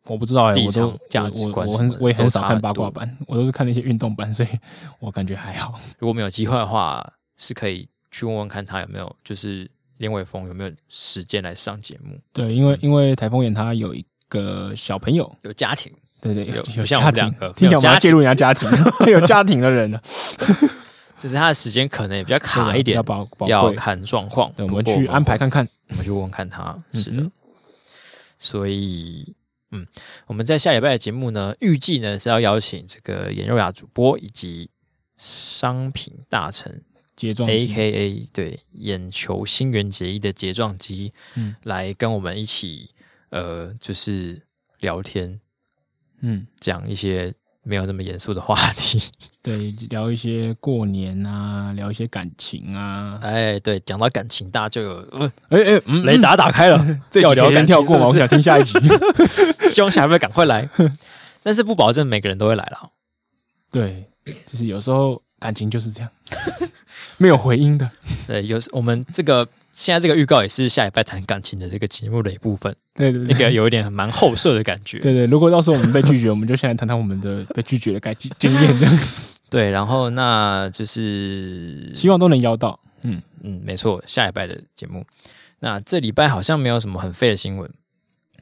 Speaker 2: 我不知道哎、
Speaker 1: 立
Speaker 2: 我都
Speaker 1: 场价
Speaker 2: 我
Speaker 1: 值
Speaker 2: 我
Speaker 1: 观
Speaker 2: 我
Speaker 1: 什么
Speaker 2: 很
Speaker 1: 的
Speaker 2: 我也很
Speaker 1: 都
Speaker 2: 少
Speaker 1: 差
Speaker 2: 看
Speaker 1: 很
Speaker 2: 八
Speaker 1: 多
Speaker 2: 卦版，我都是看那些运动版，所以 我感觉还好。
Speaker 1: 如果没有机会的话，是可以去问问看他有没有，就是连伟峰有没有时间来上节目，
Speaker 2: 对，因为因为台风眼他有一个小朋友，
Speaker 1: 有家庭。
Speaker 2: 对对，
Speaker 1: 有
Speaker 2: 有
Speaker 1: 不像我
Speaker 2: 家
Speaker 1: 们两
Speaker 2: 庭
Speaker 1: 个，
Speaker 2: 听
Speaker 1: 没
Speaker 2: 起
Speaker 1: 有
Speaker 2: 来我们要
Speaker 1: 家
Speaker 2: 介入人家家庭， 有家庭 的人了，
Speaker 1: 就是他的时间可能也比较卡一点
Speaker 2: 要，宝宝
Speaker 1: 要
Speaker 2: 贵。
Speaker 1: 看状况。
Speaker 2: 对，我
Speaker 1: 不
Speaker 2: 们
Speaker 1: 过
Speaker 2: 去安排，看看。
Speaker 1: 我们去问问看他。是
Speaker 2: 嗯
Speaker 1: 的
Speaker 2: 哼，
Speaker 1: 所以嗯，我们在下礼拜的节目呢，预计呢是要邀请这个颜若雅主播以及商品大臣
Speaker 2: 睫状肌
Speaker 1: A K A 对眼球新垣结衣的睫状肌，
Speaker 2: 嗯
Speaker 1: 来跟我们一起呃，就是聊天，
Speaker 2: 嗯，
Speaker 1: 讲一些没有那么严肃的话题。
Speaker 2: 对，聊一些过年啊，聊一些感情啊。
Speaker 1: 哎，对，讲到感情，大家就有呃
Speaker 2: 哎哎，嗯，
Speaker 1: 雷达打开了，
Speaker 2: 这
Speaker 1: 要
Speaker 2: 几
Speaker 1: 聊
Speaker 2: 天
Speaker 1: 感
Speaker 2: 跳
Speaker 1: 情
Speaker 2: 过
Speaker 1: 是
Speaker 2: 嘛，
Speaker 1: 不
Speaker 2: 我
Speaker 1: 是
Speaker 2: 想听下一集。
Speaker 1: 凶下辈赶快来。但是不保证每个人都会来了，
Speaker 2: 对，就是有时候感情就是这样， 没有回音的。
Speaker 1: 对，有时我们这个现在这个预告也是下礼拜谈感情的这个节目的一部 分，
Speaker 2: 对对
Speaker 1: 那
Speaker 2: 对
Speaker 1: 个有一点蛮后设的感觉。
Speaker 2: 对对，如果到时候我们被拒绝，我们就先来谈谈我们的 被拒绝的感经经 验，这样
Speaker 1: 对，然后那就是
Speaker 2: 希望都能邀到。嗯，
Speaker 1: 嗯，没错，下礼拜的节目。那这礼拜好像没有什么很废的新闻，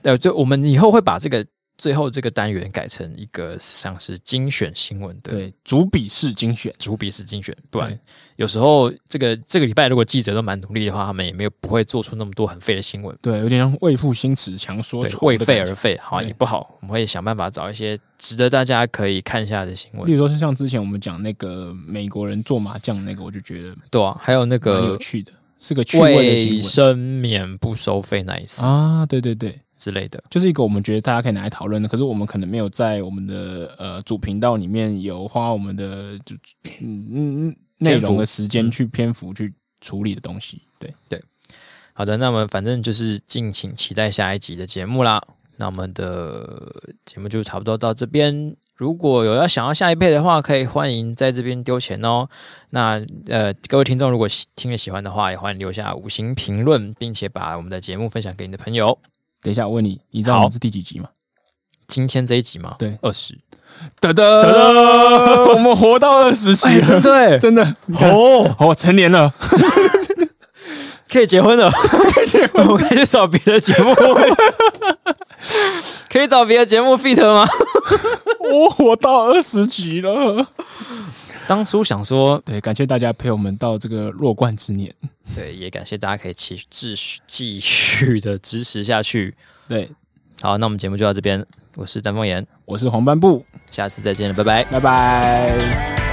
Speaker 1: 呃，就我们以后会把这个最后这个单元改成一个像是精选新闻的
Speaker 2: 对，主笔试精选，
Speaker 1: 主笔式精选，不然
Speaker 2: 对
Speaker 1: 有时候这个这个礼拜如果记者都蛮努力的话，他们也没有不会做出那么多很废的新闻，
Speaker 2: 对，有点像为赋新词强说
Speaker 1: 对，
Speaker 2: 愁
Speaker 1: 为
Speaker 2: 的
Speaker 1: 废
Speaker 2: 感
Speaker 1: 而废，好像
Speaker 2: 对
Speaker 1: 也不好。我们会想办法找一些值得大家可以看一下的新
Speaker 2: 觉。
Speaker 1: 闻，
Speaker 2: 例如说，是像之前我们讲那个美国人做麻将那个，我就觉得
Speaker 1: 对啊，还有那
Speaker 2: 蛮有
Speaker 1: 个
Speaker 2: 趣的，是个趣味的
Speaker 1: 卫
Speaker 2: 新闻。
Speaker 1: 生棉不收费那一次
Speaker 2: 啊，对对对，
Speaker 1: 之类的，
Speaker 2: 就是一个我们觉得大家可以拿来讨论的，可是我们可能没有在我们的呃主频道里面有花我们的就嗯嗯嗯内容的时间去篇幅去处理的东西。对，
Speaker 1: 好的，那么反正就是敬请期待下一集的节目啦。那我们的节目就差不多到这边。如果有要想要下一配的话，可以欢迎在这边丢钱哦。那呃，各位听众如果喜听了喜欢的话，也欢迎留下五星评论，并且把我们的节目分享给你的朋友。
Speaker 2: 等一下我问你，你知道我们是第几集吗？
Speaker 1: 今天这一集嘛，
Speaker 2: 对
Speaker 1: 二 十，
Speaker 2: 噔噔
Speaker 1: 噔
Speaker 2: 噔，我们活到二十集了，
Speaker 1: 的
Speaker 2: 真的
Speaker 1: 哦，
Speaker 2: 哦，成年了，
Speaker 1: 可以结婚了，可以结婚，我们可以去找别的节目，可以找别的节目 fit 吗？
Speaker 2: 我活到二十集了。
Speaker 1: 当初想说，
Speaker 2: 对，感谢大家陪我们到这个弱冠之年。
Speaker 1: 对，也感谢大家可以继续继续继续的支持下去。
Speaker 2: 对，
Speaker 1: 好，那我们节目就到这边，我是丹凤眼，
Speaker 2: 我是黄斑布，
Speaker 1: 下次再见了，拜拜。
Speaker 2: 拜拜。